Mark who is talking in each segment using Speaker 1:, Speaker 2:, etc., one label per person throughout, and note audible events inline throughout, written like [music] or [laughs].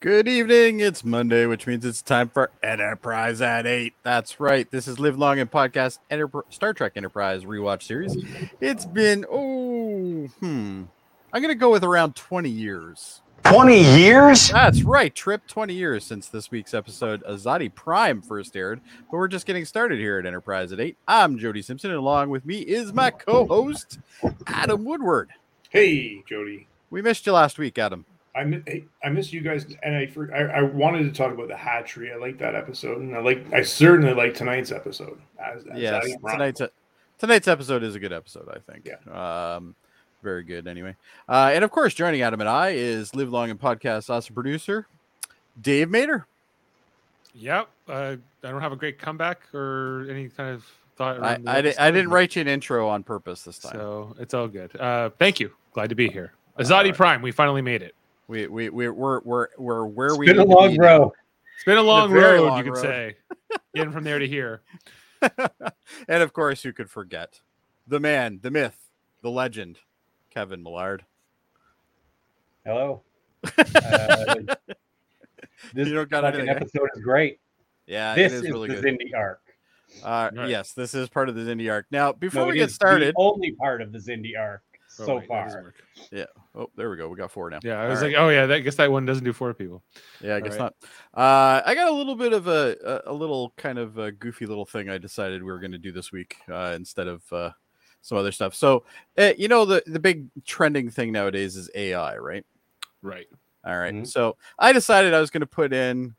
Speaker 1: Good evening. It's Monday, which means it's time for Enterprise at 8. That's right. This is Live Long and Podcast Enterpri- Star Trek Enterprise rewatch series. It's been, oh, hmm. I'm going to go with around 20 years.
Speaker 2: 20 years?
Speaker 1: That's right, Trip. 20 years since this week's episode, Azadi Prime, first aired. But we're just getting started here at Enterprise at 8. I'm Jody Simpson, and along with me is my co host, Adam Woodward.
Speaker 3: Hey, Jody.
Speaker 1: We missed you last week, Adam.
Speaker 3: I miss, I miss you guys, and I, for, I I wanted to talk about the hatchery. I like that episode, and I like I certainly like tonight's episode. As, as
Speaker 1: yes,
Speaker 3: that run.
Speaker 1: tonight's e, tonight's episode is a good episode, I think. Yeah. Um, very good. Anyway, uh, and of course, joining Adam and I is Live Long and Podcast awesome producer Dave Mater.
Speaker 4: Yep, uh, I don't have a great comeback or any kind of thought.
Speaker 1: I,
Speaker 4: around the
Speaker 1: I, di- I
Speaker 4: episode,
Speaker 1: didn't
Speaker 4: but-
Speaker 1: write you an intro on purpose this time.
Speaker 4: so it's all good. Uh, thank you. Glad to be here. Azadi
Speaker 1: Alright.
Speaker 4: Prime, we finally made it.
Speaker 1: We we we we're we're we're where we
Speaker 2: Been a
Speaker 1: need to
Speaker 2: long
Speaker 1: be now.
Speaker 2: row.
Speaker 4: It's been a long
Speaker 1: very
Speaker 4: road,
Speaker 1: long
Speaker 4: you could
Speaker 1: road.
Speaker 4: say, getting from there
Speaker 1: [laughs]
Speaker 4: to here.
Speaker 1: and of course, you could forget the man, the myth, the legend, Kevin Millard.
Speaker 2: Hello.
Speaker 1: [laughs]
Speaker 2: Uh, this
Speaker 1: You don't got
Speaker 2: fucking
Speaker 1: anything. eh?
Speaker 2: episode is great.
Speaker 1: Yeah,
Speaker 2: this
Speaker 1: Uh, it
Speaker 2: is,
Speaker 1: is really
Speaker 2: the
Speaker 1: good.
Speaker 2: Zindi arc.
Speaker 1: Uh,
Speaker 4: Right.
Speaker 1: Yes, this is part of the Zindi arc. Now, before
Speaker 2: No,
Speaker 1: we
Speaker 2: it
Speaker 1: get
Speaker 2: is
Speaker 1: started,
Speaker 2: the only part of the Zindi arc
Speaker 4: Oh,
Speaker 2: so
Speaker 4: wait, that doesn't
Speaker 2: far.
Speaker 4: work.
Speaker 1: oh, there we go. We got four now.
Speaker 4: Yeah, I
Speaker 1: All
Speaker 4: was
Speaker 1: right.
Speaker 4: like, oh yeah, that, I guess that one doesn't do four people.
Speaker 1: Yeah, I
Speaker 4: All
Speaker 1: guess
Speaker 4: right.
Speaker 1: not. Uh, I got a little bit of a, a a little kind of a goofy little thing I decided we were going to do this week uh, instead of uh, some other stuff. So, uh, you know, the the big trending thing nowadays is AI, right? [laughs]
Speaker 4: Right. [laughs]
Speaker 1: All right.
Speaker 4: Mm-hmm.
Speaker 2: Mhm.
Speaker 1: So I decided I was going to put in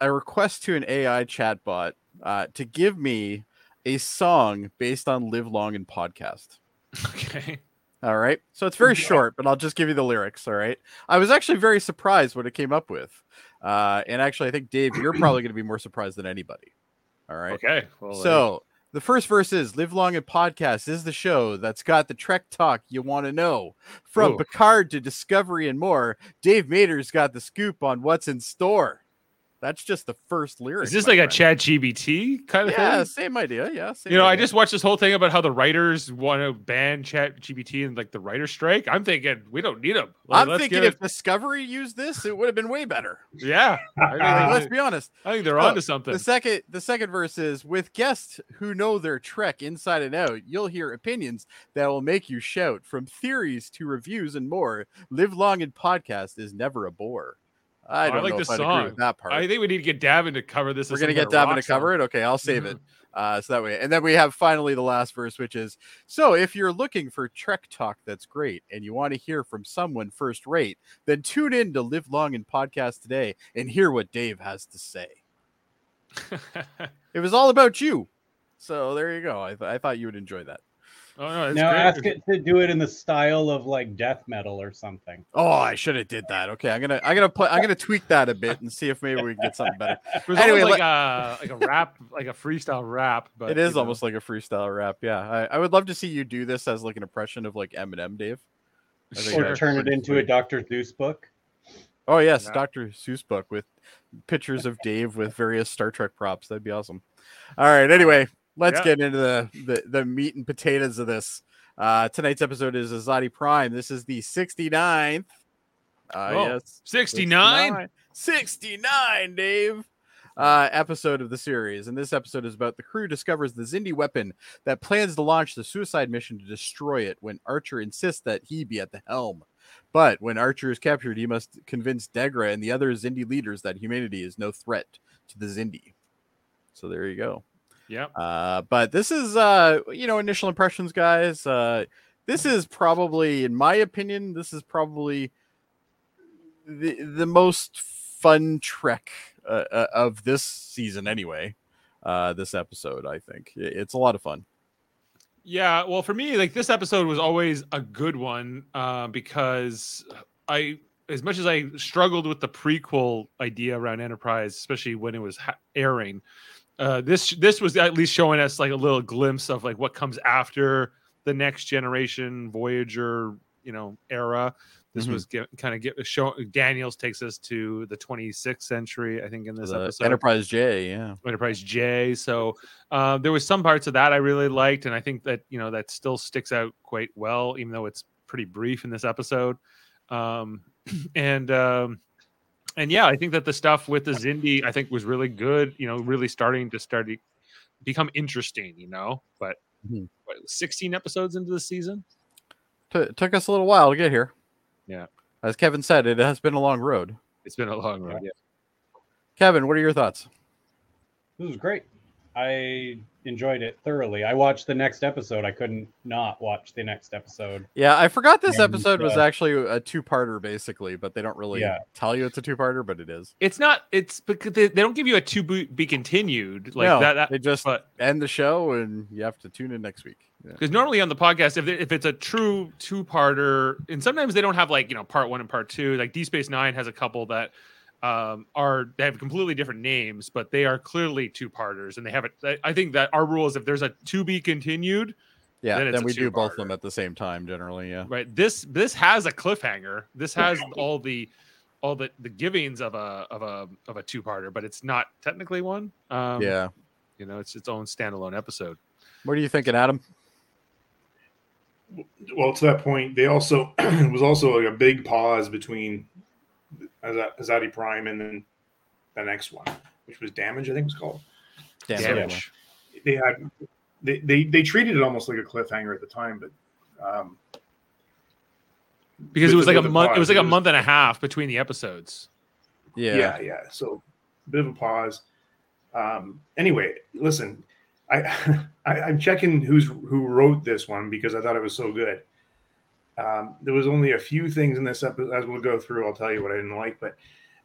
Speaker 1: a request to an AI chatbot uh, to give me a song based on Live Long and Podcast.
Speaker 4: Okay.
Speaker 1: All right. So it's very
Speaker 3: Yeah.
Speaker 1: short, but I'll just give you the lyrics. All right. I was actually very surprised what it came up with. Uh, and actually, I think, Dave, you're probably going to be more surprised than anybody. All right.
Speaker 4: Okay. Well, uh,
Speaker 1: So the first verse is Live Long and Podcast is the show that's got the Trek talk you want to know. From
Speaker 4: Ooh.
Speaker 1: Picard to Discovery and more, Dave Mater's got the scoop on what's in store. That's just the first lyric.
Speaker 4: is this
Speaker 1: my
Speaker 4: like
Speaker 1: friend.
Speaker 4: a Chat GBT kind of
Speaker 1: Yeah,
Speaker 4: thing?
Speaker 1: same idea. Yeah. Same
Speaker 4: You know, I
Speaker 1: idea.
Speaker 4: just watched this whole thing about how the writers want to ban Chat GBT and like the writer strike. I'm thinking we don't need them.
Speaker 1: I'm thinking if Discovery used this, it would have been way better.
Speaker 4: [laughs] yeah,
Speaker 1: [laughs]
Speaker 4: I, mean,
Speaker 1: Like,
Speaker 4: I
Speaker 1: let's
Speaker 4: think-
Speaker 1: be honest.
Speaker 4: I think they're
Speaker 1: Oh,
Speaker 4: onto something.
Speaker 1: The second the second verse is with guests who know their trek inside and out, you'll hear opinions that will make you shout from theories to reviews and more. Live long and podcast is never a bore. I
Speaker 4: Oh, I
Speaker 1: don't
Speaker 4: like
Speaker 1: know
Speaker 4: the
Speaker 1: if I'd agree
Speaker 4: song.
Speaker 1: with that part.
Speaker 4: I think we need to get Davin to cover this.
Speaker 1: We're
Speaker 4: as
Speaker 1: gonna
Speaker 4: some
Speaker 1: get
Speaker 4: kind of
Speaker 1: Davin to
Speaker 4: rock
Speaker 1: cover
Speaker 4: song.
Speaker 1: it. Okay, I'll save it.
Speaker 4: Mhm.
Speaker 1: Uh, so that way, and then we have finally the last verse, which is so if you're looking for Trek talk that's great and you want to hear from someone first rate, then tune in to Live Long and Podcast today and hear what Dave has to say. It was all about you. So there you go. I, th- I thought you would enjoy that.
Speaker 4: [laughs] oh no, that's
Speaker 2: Now
Speaker 4: great.
Speaker 2: ask it to do it in the style of like death metal or something.
Speaker 1: Oh, I should have did that. Okay, I'm gonna I'm gonna play I'm gonna tweak that a bit and see if maybe we can get something better.
Speaker 4: It was
Speaker 1: Anyway,
Speaker 4: almost like a like a rap, like a freestyle rap. But
Speaker 1: it is almost like a freestyle rap. Yeah, I, I would love to see you do this as like an impression of like Eminem, Dave. I think
Speaker 2: Or
Speaker 1: that's
Speaker 2: turn it
Speaker 1: pretty
Speaker 2: into a
Speaker 1: sweet.
Speaker 2: Dr. Zeus book.
Speaker 1: Oh yes,
Speaker 4: Yeah.
Speaker 1: Dr. Seuss book with pictures of Dave with various Star Trek props. That'd be awesome. All right. Anyway, let's
Speaker 4: Yeah.
Speaker 1: get into the, the the meat and potatoes of this. Uh, tonight's episode is Azadi Prime. This is the 69th. Uh,
Speaker 4: Oh,
Speaker 1: yes,
Speaker 4: sixty nine.
Speaker 1: 69, Dave. Uh, episode of the series, and this episode is about the crew discovers the Zindi weapon that plans to launch the suicide mission to destroy it. When Archer insists that he be at the helm, but when Archer is captured, he must convince Degra and the other Zindi leaders that humanity is no threat to the Zindi. So there you go.
Speaker 4: Yep.
Speaker 1: Uh, but this is uh, you know, initial impressions, guys. Uh, this is probably, in my opinion, this is probably the the most fun trek uh, uh, of this season, anyway. Uh, this episode, I think I- it's a lot of fun.
Speaker 4: Yeah, well, for me, like this episode was always a good one uh, because I, as much as I struggled with the prequel idea around Enterprise, especially when it was ha- airing, uh, this this was at least showing us like a little glimpse of like what comes after the next generation Voyager, you know, era. This
Speaker 1: Mhm.
Speaker 4: was get, kind of get show. Daniels takes us to the 26th century, I think, in this
Speaker 1: The
Speaker 4: episode.
Speaker 1: Uh, Enterprise J, yeah,
Speaker 4: Enterprise J. So uh, there was some parts of that I really liked, and I think that you know that still sticks out quite [clears throat] well, even though it's pretty brief in this episode. Um, and um, and yeah, I think that the stuff with the Zindi, I think, was really good. You know, really starting to start to become interesting. You know, but
Speaker 1: Mhm.
Speaker 4: what, sixteen episodes into the season,
Speaker 1: T- took us a little while to get here.
Speaker 4: Yeah.
Speaker 1: As Kevin said, it has been a long road.
Speaker 4: it's been a long road. Yeah.
Speaker 1: Kevin, what are your thoughts?
Speaker 2: This was great. I enjoyed it thoroughly. I watched the next episode. I couldn't not watch the next episode.
Speaker 1: Yeah, I forgot this
Speaker 2: Yeah,
Speaker 1: episode was
Speaker 2: uh,
Speaker 1: actually a two-parter, basically, but they don't really
Speaker 2: Yeah.
Speaker 1: tell you it's a two-parter, but it is.
Speaker 4: It's not. It's because they, they don't give you a to be, be continued like
Speaker 1: No,
Speaker 4: that. that
Speaker 1: they just
Speaker 4: but
Speaker 1: end the show, and you have to tune in next week. Yeah.
Speaker 4: because normally on the podcast, if, they- if it's a true two parter, and sometimes they don't have like you know part one and part two. Like D Space Nine has a couple that um, are they have completely different names, but they are clearly two parters, and they have it. I- I think that our rule is if there's a to be continued,
Speaker 1: Yeah,
Speaker 4: Then
Speaker 1: then,
Speaker 4: it's a
Speaker 1: we do both of them
Speaker 4: two-parter.
Speaker 1: at the same time, generally. Yeah.
Speaker 4: right? This this has a cliffhanger. This has all the all the the givings of a of a of a two parter, but it's not technically one. Um,
Speaker 1: yeah.
Speaker 4: you know, it's its own standalone episode.
Speaker 1: What are you thinking, Adam?
Speaker 3: well to that point they also [clears throat] it was also like a big pause between Az- azadi prime and then the next one which was damage i think it was called
Speaker 1: Damn it,
Speaker 4: Damage.
Speaker 1: yeah.
Speaker 3: they had they, they they treated it almost like a cliffhanger at the time but um
Speaker 4: because it
Speaker 3: With
Speaker 4: was
Speaker 3: the-
Speaker 4: like a
Speaker 3: with the
Speaker 4: month. It
Speaker 3: pause,
Speaker 4: was like
Speaker 3: it
Speaker 4: a
Speaker 3: was-
Speaker 4: month and a half between the episodes.
Speaker 1: Yeah.
Speaker 3: yeah yeah, so a bit of a pause um anyway listen i, [laughs] I i'm checking who's who wrote this one because i thought it was so good um there was only a few things in this episode as we'll go through i'll tell you what i didn't like but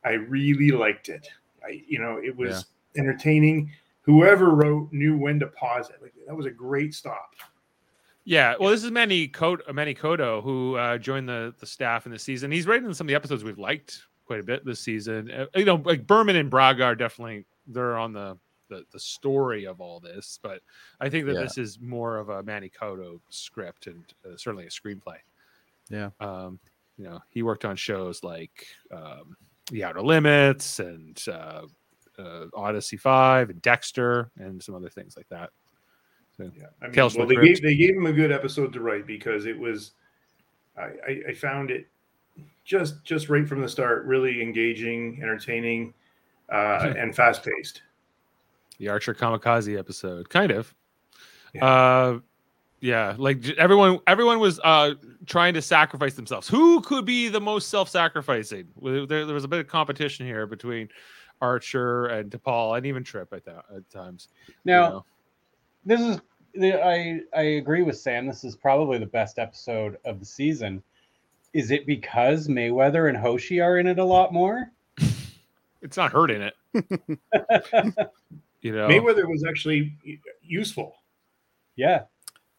Speaker 3: i really liked it i you know it was entertaining whoever wrote knew when to pause it like that was a great stop
Speaker 4: Yeah. Well, this is Manny Kodo, Manny Kodo who uh, joined the the staff in the season. He's written some of the episodes we've liked quite a bit this season. Uh, you know, like Berman and Braga are definitely they're on the the, the story of all this, but I think that
Speaker 1: Yeah.
Speaker 4: this is more of a Manny Kodo script and uh, certainly a screenplay.
Speaker 1: Yeah.
Speaker 4: Um, you know, he worked on shows like um, The Outer Limits and uh, uh, Odyssey Five and Dexter and some other things like that.
Speaker 3: Yeah, I mean,
Speaker 4: Tales
Speaker 3: well,
Speaker 4: from the
Speaker 3: they gave
Speaker 4: Crypt.
Speaker 3: they gave him a good episode to write because it was, I, I, I found it just just right from the start really engaging, entertaining,
Speaker 4: [laughs]
Speaker 3: uh, and fast paced.
Speaker 4: the Archer Kamikaze episode, kind of.
Speaker 3: Yeah.
Speaker 4: Uh, yeah, like j- everyone, everyone was uh trying to sacrifice themselves. Who could be the most self-sacrificing? Well, There, there was a bit of competition here between Archer and DePaul, and even Trip at that at times. you
Speaker 2: Now,
Speaker 4: know.
Speaker 2: this is the- I I agree with Sam. This is probably the best episode of the season. Is it because Mayweather and Hoshi are in it a lot more?
Speaker 4: it's not
Speaker 1: [laughs]
Speaker 4: hurting it. you know,
Speaker 3: Mayweather was actually useful.
Speaker 2: Yeah,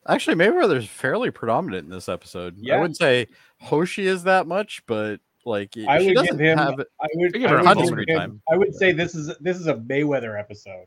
Speaker 1: Actually, Mayweather's fairly predominant in this episode. I
Speaker 2: Yeah.
Speaker 1: wouldn't say Hoshi is that much, but like it-
Speaker 2: I
Speaker 1: she
Speaker 2: would give
Speaker 1: doesn't
Speaker 2: him-
Speaker 1: have it.
Speaker 2: I would.
Speaker 4: They give her
Speaker 2: I
Speaker 4: a
Speaker 2: would
Speaker 4: hundred
Speaker 1: every
Speaker 2: give him-
Speaker 1: time.
Speaker 2: I would say this is this is a Mayweather episode.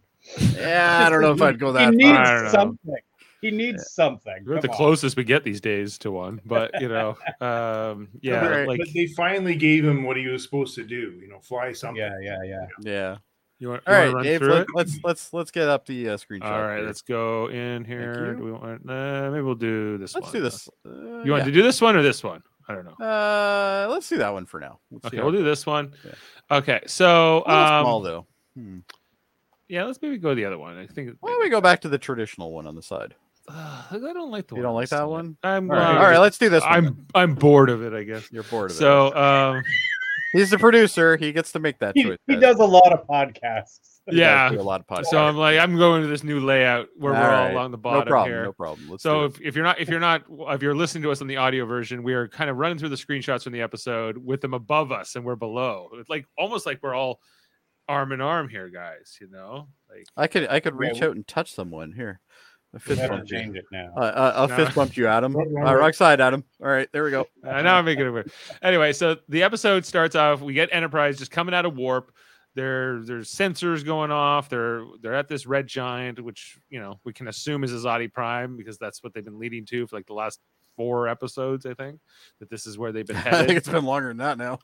Speaker 1: Yeah, I don't know if
Speaker 2: [laughs]
Speaker 1: I'd go that
Speaker 2: he
Speaker 1: far.
Speaker 4: I don't know.
Speaker 2: needs something. He needs something.
Speaker 4: we're the
Speaker 2: Come on.
Speaker 4: closest we get these days to one, but you know, um, yeah,
Speaker 1: Right.
Speaker 4: like
Speaker 3: but they finally gave him what he was supposed to do. You know, fly something.
Speaker 2: Yeah, yeah, yeah.
Speaker 1: Yeah.
Speaker 4: you want, you
Speaker 1: All
Speaker 4: want to
Speaker 1: right,
Speaker 4: run
Speaker 1: Dave.
Speaker 4: through
Speaker 1: Let,
Speaker 4: it?
Speaker 1: us let's let's get up the uh, screenshot.
Speaker 4: All right,
Speaker 1: here.
Speaker 4: let's go in here.
Speaker 1: you.
Speaker 4: Do we want? Uh, maybe we'll do this
Speaker 1: let's
Speaker 4: one.
Speaker 1: do this. Uh,
Speaker 4: You want to do this one or this one? I don't know.
Speaker 1: do? Uh, let's do that one for now. Let's
Speaker 4: Okay,
Speaker 1: see how-
Speaker 4: we'll do this one.
Speaker 1: Yeah.
Speaker 4: Okay, so
Speaker 1: a little small
Speaker 4: um,
Speaker 1: though. Hmm.
Speaker 4: yeah, let's maybe go to the other one. I think.
Speaker 1: Why don't we go back to the traditional one on the side?
Speaker 4: Uh, I don't like the
Speaker 1: You
Speaker 4: one.
Speaker 1: don't
Speaker 4: on
Speaker 1: like
Speaker 4: the
Speaker 1: that
Speaker 4: side.
Speaker 1: one?
Speaker 4: I'm.
Speaker 1: All right,
Speaker 4: uh,
Speaker 1: all right let's do this one. then.
Speaker 4: I'm I'm bored of it. I guess.
Speaker 1: You're bored of it.
Speaker 4: So um,
Speaker 1: he's the producer. He gets to make that
Speaker 2: He,
Speaker 1: choice.
Speaker 2: he
Speaker 1: guys.
Speaker 2: does a lot of podcasts. [laughs]
Speaker 1: He does
Speaker 4: yeah.
Speaker 1: do a lot of podcasts.
Speaker 4: um, so I'm like I'm going to this new layout where
Speaker 1: All
Speaker 4: we're all
Speaker 1: right,
Speaker 4: along the bottom
Speaker 1: no problem.
Speaker 4: here.
Speaker 1: No problem. Let's
Speaker 4: so
Speaker 1: do
Speaker 4: if, if you're not if you're not if you're listening to us on the audio version we are kind of running through the screenshots from the episode with them above us and we're below it's like almost like we're all arm in arm here guys you know like
Speaker 1: I could I could
Speaker 2: Yeah,
Speaker 1: reach
Speaker 2: we-
Speaker 1: out and touch someone here. A
Speaker 2: We
Speaker 1: fist
Speaker 2: have to
Speaker 1: bump you.
Speaker 2: change it now.
Speaker 1: Uh, uh, I'll
Speaker 4: No.
Speaker 1: fist bump you, Adam.
Speaker 3: Wrong- wrong
Speaker 1: Uh,
Speaker 3: way.
Speaker 1: rock side, Adam. All right, there we go. [laughs]
Speaker 4: I know I'm making it weird. Anyway, so the episode starts off. We get Enterprise just coming out of warp. There, there's sensors going off. They're they're at this red giant, which you know we can assume is Azadi Prime because that's what they've been leading to for like the last four episodes. I think that this is where they've
Speaker 1: [laughs]
Speaker 4: been
Speaker 1: I
Speaker 4: headed.
Speaker 1: think it's been longer than that now.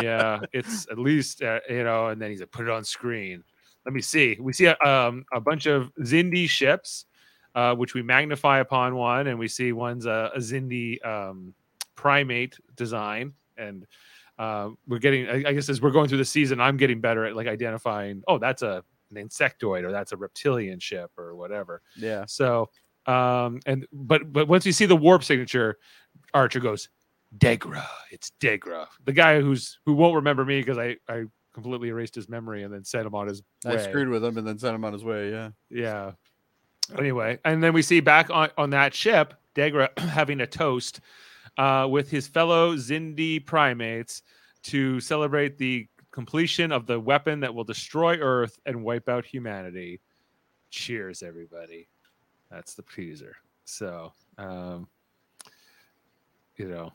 Speaker 4: yeah, it's at least uh, you know. And then he's like, put it on screen. Let me see. We see a, um, a bunch of Zindi ships, uh, which we magnify upon one, and we see one's a, a Zindi um, primate design, and uh, we're getting I, I guess as we're going through the season i'm getting better at like identifying oh that's a an insectoid or that's a reptilian ship or whatever
Speaker 1: Yeah.
Speaker 4: so um and but but once you see the warp signature archer goes degra it's degra the guy who's who won't remember me because i i completely erased his memory and then sent him on his
Speaker 1: I
Speaker 4: way.
Speaker 1: screwed with him and then sent him on his way. Yeah.
Speaker 4: Yeah. Anyway, and then we see back on, on that ship, Degra [clears throat] having a toast uh, with his fellow Zindi primates to celebrate the completion of the weapon that will destroy Earth and wipe out humanity. Cheers, everybody. That's the teaser. So, um, you know,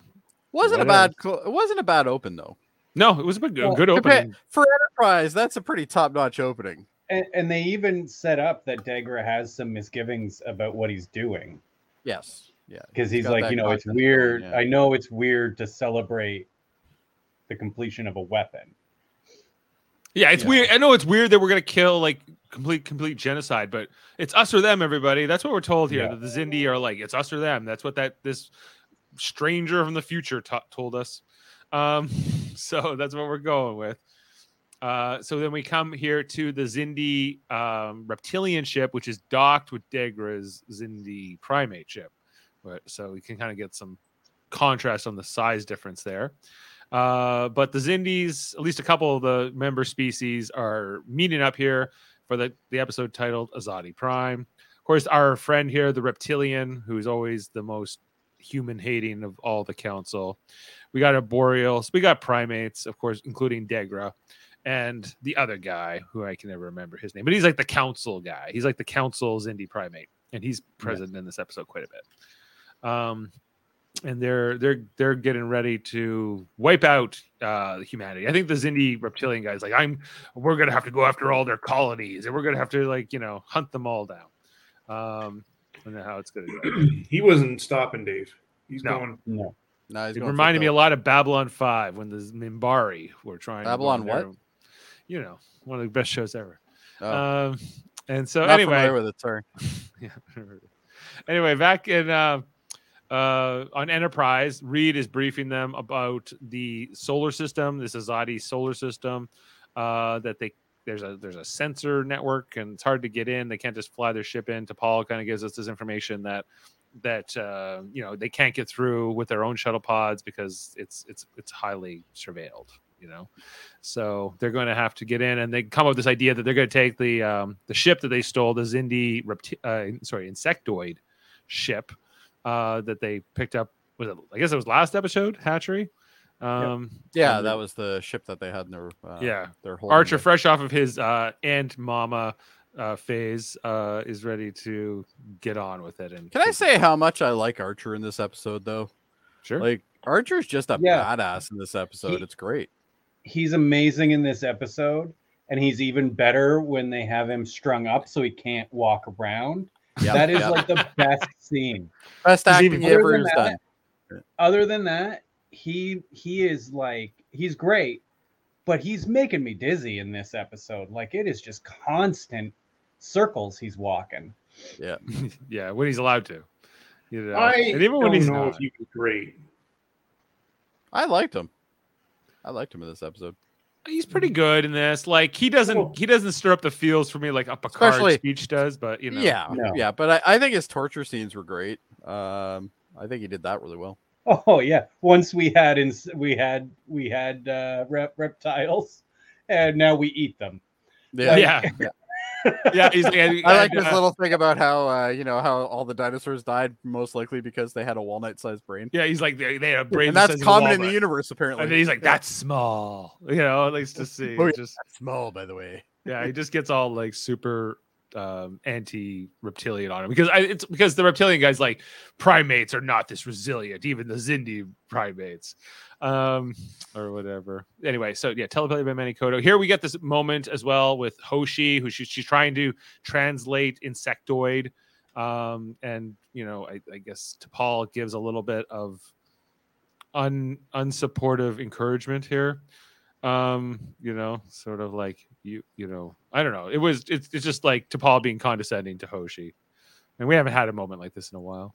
Speaker 1: Wasn't a
Speaker 4: What a-
Speaker 1: bad. cl- It wasn't a bad open though.
Speaker 4: no, it was a good, a
Speaker 2: Well,
Speaker 4: good
Speaker 1: Compa-
Speaker 4: opening.
Speaker 1: for Enterprise, that's a pretty top-notch opening.
Speaker 2: And, and they even set up that Degra has some misgivings about what he's doing
Speaker 1: Yes. Yeah.
Speaker 2: because
Speaker 1: He's
Speaker 2: he's
Speaker 1: got
Speaker 2: like,
Speaker 1: that
Speaker 2: you know, it's
Speaker 1: concept going,
Speaker 2: weird.
Speaker 1: yeah.
Speaker 2: I know it's weird to celebrate the completion of a weapon.
Speaker 4: Yeah, it's
Speaker 2: Yeah.
Speaker 4: weird. I know it's weird that we're gonna kill like complete complete genocide, but it's us or them, everybody. That's what we're told here.
Speaker 2: Yeah.
Speaker 4: That the Zindi are like it's us or them. That's what that this stranger from the future to told us. Um, [laughs] so that's what we're going with. Uh, so then we come here to the Zindi um, reptilian ship, which is docked with Degra's Zindi primate ship. But, so we can kind of get some contrast on the size difference there. Uh, but the Zindis, at least a couple of the member species, are meeting up here for the, the episode titled Azadi Prime. Of course, our friend here, the reptilian, who is always the most human hating of all the council. We got arboreals, we got primates, of course, including Degra and the other guy who I can never remember his name, but he's like the council guy. He's like the council's indie primate, and he's present in this episode quite a bit. Um, and they're they're they're getting ready to wipe out uh humanity. I think the Zindi reptilian guy's like, I'm we're gonna have to go after all their colonies and we're gonna have to like you know hunt them all down. Um I don't know how it's gonna
Speaker 1: [clears throat]
Speaker 4: go.
Speaker 3: [clears throat] he wasn't stopping, Dave. He's
Speaker 4: No.
Speaker 3: going.
Speaker 2: No.
Speaker 1: No, he's
Speaker 4: It
Speaker 1: going for
Speaker 4: reminded me a
Speaker 1: Phil.
Speaker 4: lot of Babylon Five when the Mimbari were trying to go
Speaker 1: Babylon
Speaker 4: in
Speaker 1: what?
Speaker 4: there. You know, one of the best shows ever.
Speaker 1: Oh,
Speaker 4: Um, and so
Speaker 1: not
Speaker 4: anyway,
Speaker 1: familiar with it. Sorry.
Speaker 4: [laughs] yeah. anyway, back in uh, uh, on Enterprise, Reed is briefing them about the solar system, this Azadi solar system. Uh, that they there's a there's a sensor network and it's hard to get in. They can't just fly their ship in. Paul kind of gives us this information that that uh, you know they can't get through with their own shuttle pods because it's it's it's highly surveilled. You know, so they're going to have to get in, and they come up with this idea that they're going to take the um, the ship that they stole, the Zindi repti- uh, sorry insectoid ship uh, that they picked up. Was it? I guess it was last episode, Hatchery. Um,
Speaker 1: Yeah,
Speaker 4: and
Speaker 1: that
Speaker 4: the-
Speaker 1: was the ship that they had in their uh,
Speaker 4: yeah.
Speaker 1: their whole
Speaker 4: Archer, fresh off of his uh, Aunt Mama uh, phase, uh, is ready to get on with it. And
Speaker 1: Can I say how much I like Archer in this episode though?
Speaker 4: sure?
Speaker 1: Like Archer's just a
Speaker 2: Yeah.
Speaker 1: badass in this episode.
Speaker 2: He-
Speaker 1: it's great.
Speaker 2: He's amazing in this episode, and he's even better when they have him strung up so he can't walk around.
Speaker 1: Yeah,
Speaker 2: that is
Speaker 1: yeah.
Speaker 2: like the best scene.
Speaker 1: best
Speaker 4: he's
Speaker 1: acting
Speaker 4: even-
Speaker 1: he
Speaker 2: Other
Speaker 1: ever
Speaker 2: than
Speaker 1: has
Speaker 2: that,
Speaker 1: done.
Speaker 2: Other than that, he he is like he's great, but he's making me dizzy in this episode. Like it is just constant circles he's walking.
Speaker 4: yeah, when he's allowed to. You know,
Speaker 3: I
Speaker 4: and even
Speaker 3: don't
Speaker 4: when he's
Speaker 3: know
Speaker 4: not.
Speaker 3: if he was great.
Speaker 1: I liked him. I liked him in this episode.
Speaker 4: he's pretty good in this. Like he doesn't
Speaker 3: Cool.
Speaker 4: he doesn't stir up the feels for me like a Picard
Speaker 1: Especially-
Speaker 4: speech does, but you know,
Speaker 1: Yeah,
Speaker 2: No.
Speaker 1: yeah, but I, I think his torture scenes were great. Um, I think he did that really well.
Speaker 2: Oh yeah. Once we had in we had we had uh, rep, reptiles, and now we eat them.
Speaker 1: Yeah,
Speaker 4: yeah,
Speaker 1: [laughs] Yeah.
Speaker 4: yeah. He's, and,
Speaker 1: I
Speaker 4: [laughs]
Speaker 1: like
Speaker 4: and,
Speaker 1: this
Speaker 4: uh,
Speaker 1: little thing about how uh, you know how all the dinosaurs died, most likely because they had a walnut-sized brain,
Speaker 4: Yeah, he's like they, they have brains.
Speaker 1: and
Speaker 4: the
Speaker 1: that's
Speaker 4: size of a
Speaker 1: common in the
Speaker 4: walnut.
Speaker 1: universe apparently.
Speaker 4: And then he's like,
Speaker 1: Yeah.
Speaker 4: "That's small," you know. At least to see,
Speaker 1: Oh,
Speaker 4: it just
Speaker 1: small, by the way.
Speaker 4: yeah he just gets all like super um anti-reptilian on him because I, it's because the reptilian guy's like primates are not this resilient even the zindi primates um or whatever anyway so yeah telepathy by manikoto here we get this moment as well with hoshi who she, she's trying to translate insectoid um and you know i, I guess T'Pol gives a little bit of un unsupportive encouragement here um you know sort of like you you know i don't know it was it's, it's just like to paul being condescending to hoshi and we haven't had a moment like this in a while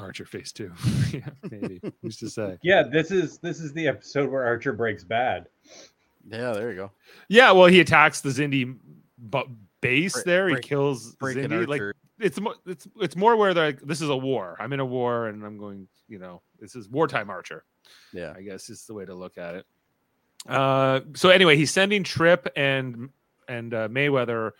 Speaker 4: Archer Phase Two. [laughs] yeah, maybe. Who's to say?
Speaker 2: Yeah, this is this is the episode where Archer breaks bad.
Speaker 1: Yeah, there you go.
Speaker 4: Yeah, well, he attacks the Zindi bu- base
Speaker 1: Break-
Speaker 4: there.
Speaker 1: break-
Speaker 4: he kills
Speaker 1: Breaking
Speaker 4: Zindi. Like
Speaker 1: Archer.
Speaker 4: it's mo- it's it's more where they're like, this is a war. I'm in a war, and I'm going. You know, this is wartime Archer.
Speaker 1: yeah.
Speaker 4: I guess is the way to look at it. Uh, so anyway, he's sending Trip and and uh, Mayweather,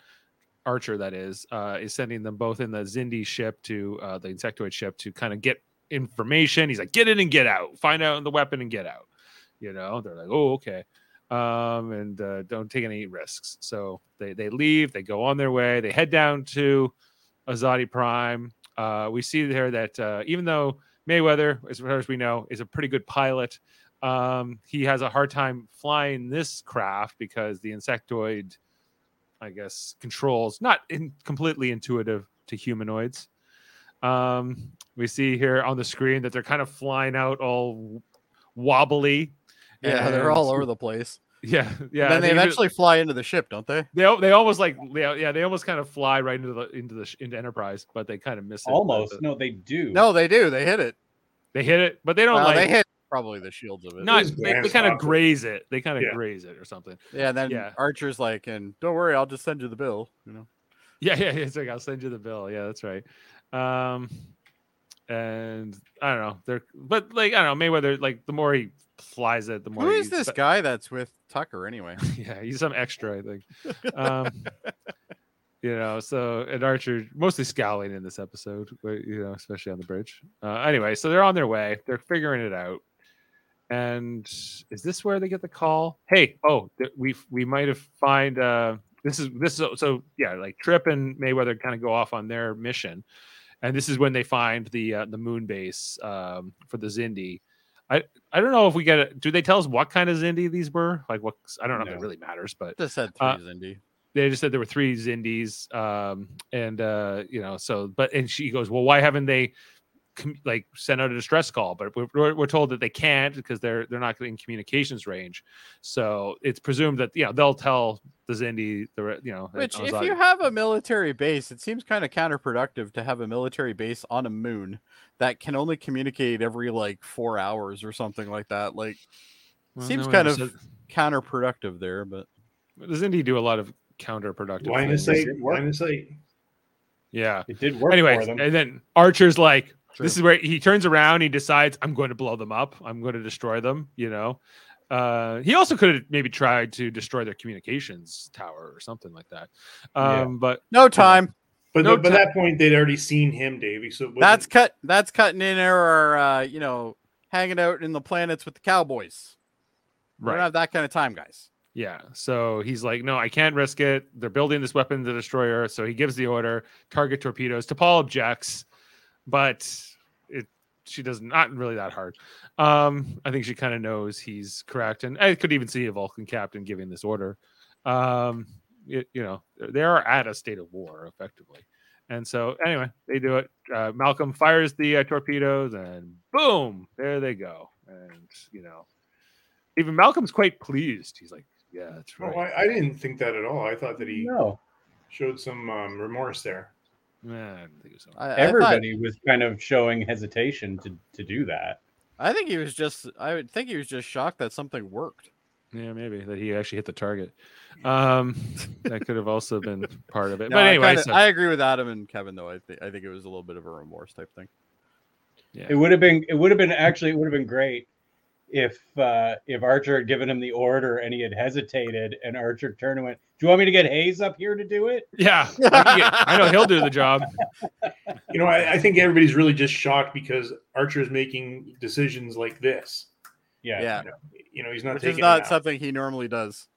Speaker 4: Archer that is, uh, is sending them both in the Zindi ship to uh, the insectoid ship to kind of get information. He's like, get in and get out, find out the weapon and get out. You know, they're like, oh okay, um, and uh, don't take any risks. So they they leave, they go on their way, they head down to Azadi Prime. Uh, we see there that uh, even though Mayweather, as far as we know, is a pretty good pilot. Um, he has a hard time flying this craft because the insectoid, I guess, controls not in, completely intuitive to humanoids. Um, we see here on the screen that they're kind of flying out all wobbly. [laughs]
Speaker 1: Yeah, they're
Speaker 4: and-
Speaker 1: all over the place.
Speaker 4: Yeah, yeah.
Speaker 1: then
Speaker 4: and
Speaker 1: they
Speaker 4: even-
Speaker 1: eventually fly into the ship, don't they?
Speaker 4: they al- they almost like yeah, yeah they almost kind of fly right into the into the sh- into Enterprise, but they kind of miss it. But
Speaker 2: Almost.
Speaker 4: the-
Speaker 2: No, they do.
Speaker 1: No, they do. They hit it.
Speaker 4: they hit it, but they don't
Speaker 1: Well,
Speaker 4: like
Speaker 1: they hit probably the shields of it.
Speaker 4: not
Speaker 3: It was
Speaker 4: they,
Speaker 3: glanced
Speaker 4: kind of
Speaker 3: off it.
Speaker 4: graze it. They kind of
Speaker 3: Yeah.
Speaker 4: graze it or something. [laughs]
Speaker 1: Yeah, and then
Speaker 4: Yeah.
Speaker 1: Archer's like, and don't worry, I'll just send you the bill. You know.
Speaker 4: Yeah, yeah, yeah. It's like I'll send you the bill. Yeah, that's right. Um, and I don't know. They're but like I don't know. Mayweather like the more he flies it, the more
Speaker 1: Who
Speaker 4: he-
Speaker 1: is this guy that's with Tucker anyway?
Speaker 4: [laughs] yeah, he's some extra, I think. Um, you know, so and Archer mostly scowling in this episode, but, you know, especially on the bridge. Uh, anyway, so they're on their way. They're figuring it out. And is this where they get the call? Hey, oh, th- we we might have find uh, this is this is so yeah, like Trip and Mayweather kind of go off on their mission, and this is when they find the uh, the moon base um, for the Zindi. I I don't know if we get it. Do they tell us what kind of Zindi these were? Like what? I don't know if
Speaker 2: No.
Speaker 4: it really matters, but
Speaker 1: Just said three,
Speaker 4: Uh,
Speaker 1: Zindy.
Speaker 4: they just said there were three Zindies, um, and uh, you know, so but and she goes, well, why haven't they com- like sent out a distress call? But we're, we're, we're told that they can't because they're they're not in communications range. So it's presumed that you know they'll tell the Zindi the re- you know. and
Speaker 1: Which, if
Speaker 4: Ozai-
Speaker 1: you have a military base, it seems kind of counterproductive to have a military base on a moon that can only communicate every like four hours or something like that. Like
Speaker 4: Well,
Speaker 1: seems
Speaker 4: one
Speaker 1: kind
Speaker 4: ever
Speaker 1: of-
Speaker 4: said-
Speaker 1: counterproductive there, but
Speaker 4: the Zindi do a lot of counterproductive.
Speaker 3: Line of
Speaker 4: things.
Speaker 3: sight.
Speaker 2: It worked.
Speaker 3: Line of sight.
Speaker 4: Yeah.
Speaker 2: It did work
Speaker 4: Anyway,
Speaker 2: for them.
Speaker 4: and then Archer's like,
Speaker 1: True.
Speaker 4: this is where he turns around. He decides, I'm going to blow them up. I'm going to destroy them. You know, uh, he also could have maybe tried to destroy their communications tower or something like that.
Speaker 2: Yeah.
Speaker 4: Um, But
Speaker 1: no time.
Speaker 3: But
Speaker 4: No
Speaker 3: the, by
Speaker 4: time.
Speaker 3: that point, they'd already seen him, Davey. So it wasn't-
Speaker 1: That's cut. That's cutting in or uh, you know hanging out in the planets with the cowboys. We
Speaker 4: right,
Speaker 1: don't have that kind of time, guys.
Speaker 4: yeah. So he's like, no, I can't risk it. They're building this weapon, the destroyer. So he gives the order, target torpedoes. T'Pol objects, but it she does not really that hard. Um, I think she kind of knows he's correct, and I could even see a Vulcan captain giving this order. Um, y- you know, they are at a state of war effectively, and so anyway, they do it. Uh, Malcolm fires the uh, torpedoes, and boom, there they go. And you know, even Malcolm's quite pleased. He's like, "Yeah, that's
Speaker 3: No,
Speaker 4: right."
Speaker 3: Oh, I, I didn't think that at all. I thought that he
Speaker 2: No,
Speaker 3: showed some um, remorse there.
Speaker 4: Nah, I don't think so.
Speaker 1: I, I thought-
Speaker 2: everybody was kind of showing hesitation to to do that.
Speaker 1: I think he was just. I would think he was just shocked that something worked.
Speaker 4: Yeah, maybe that he actually hit the target.
Speaker 1: [laughs]
Speaker 4: Um, that could have also been part of it.
Speaker 1: No,
Speaker 4: but
Speaker 1: I
Speaker 4: anyway,
Speaker 1: kinda-
Speaker 4: so-
Speaker 1: I agree with Adam and Kevin though. I think I think it was a little bit of a remorse type thing.
Speaker 2: It would have been. It would have been actually. It would have been great if uh if Archer had given him the order and he had hesitated, and Archer turned and went, "Do you want me to get Hayes up here to do it?"
Speaker 4: yeah, I can- I know he'll do the job.
Speaker 3: You know, I, I think everybody's really just shocked because Archer's making decisions like this.
Speaker 2: Yeah.
Speaker 1: Yeah,
Speaker 3: You know, he's not
Speaker 1: which
Speaker 3: taking
Speaker 1: is
Speaker 3: it
Speaker 1: not
Speaker 3: out.
Speaker 1: something he normally does.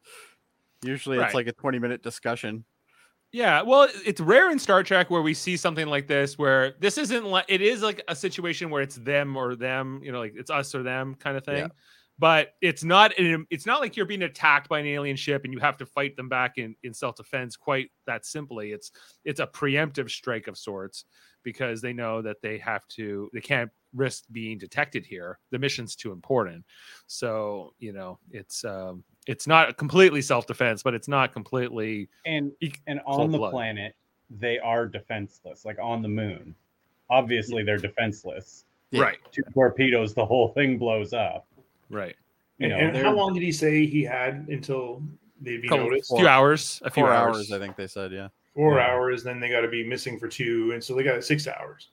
Speaker 1: Usually,
Speaker 4: Right.
Speaker 1: it's like a twenty-minute discussion.
Speaker 4: Yeah, well, it's rare in Star Trek where we see something like this, where this isn't like it is like a situation where it's them or them, you know, like it's us or them kind of thing.
Speaker 1: Yeah.
Speaker 4: But it's not an, it's not like you're being attacked by an alien ship and you have to fight them back in, in self defense quite that simply. It's it's a preemptive strike of sorts because they know that they have to they can't risk being detected here. The mission's too important. So, you know, it's um it's not completely self defense, but it's not completely
Speaker 2: And
Speaker 4: Eek,
Speaker 2: and
Speaker 4: cold
Speaker 2: on the
Speaker 4: blood.
Speaker 2: planet, they are defenseless, like on the moon. obviously they're defenseless.
Speaker 1: Yeah.
Speaker 4: Right.
Speaker 2: Two torpedoes, the whole thing blows up.
Speaker 4: Right.
Speaker 2: You
Speaker 3: And,
Speaker 2: know,
Speaker 3: and
Speaker 2: they're-
Speaker 3: how long did he say he had until they'd be
Speaker 4: Couple,
Speaker 3: noticed?
Speaker 4: few hours. A few
Speaker 1: Four
Speaker 4: hours.
Speaker 1: hours, I think they said. Yeah.
Speaker 3: Four
Speaker 4: Yeah.
Speaker 3: hours, then they got to be missing for two, and so they got six hours.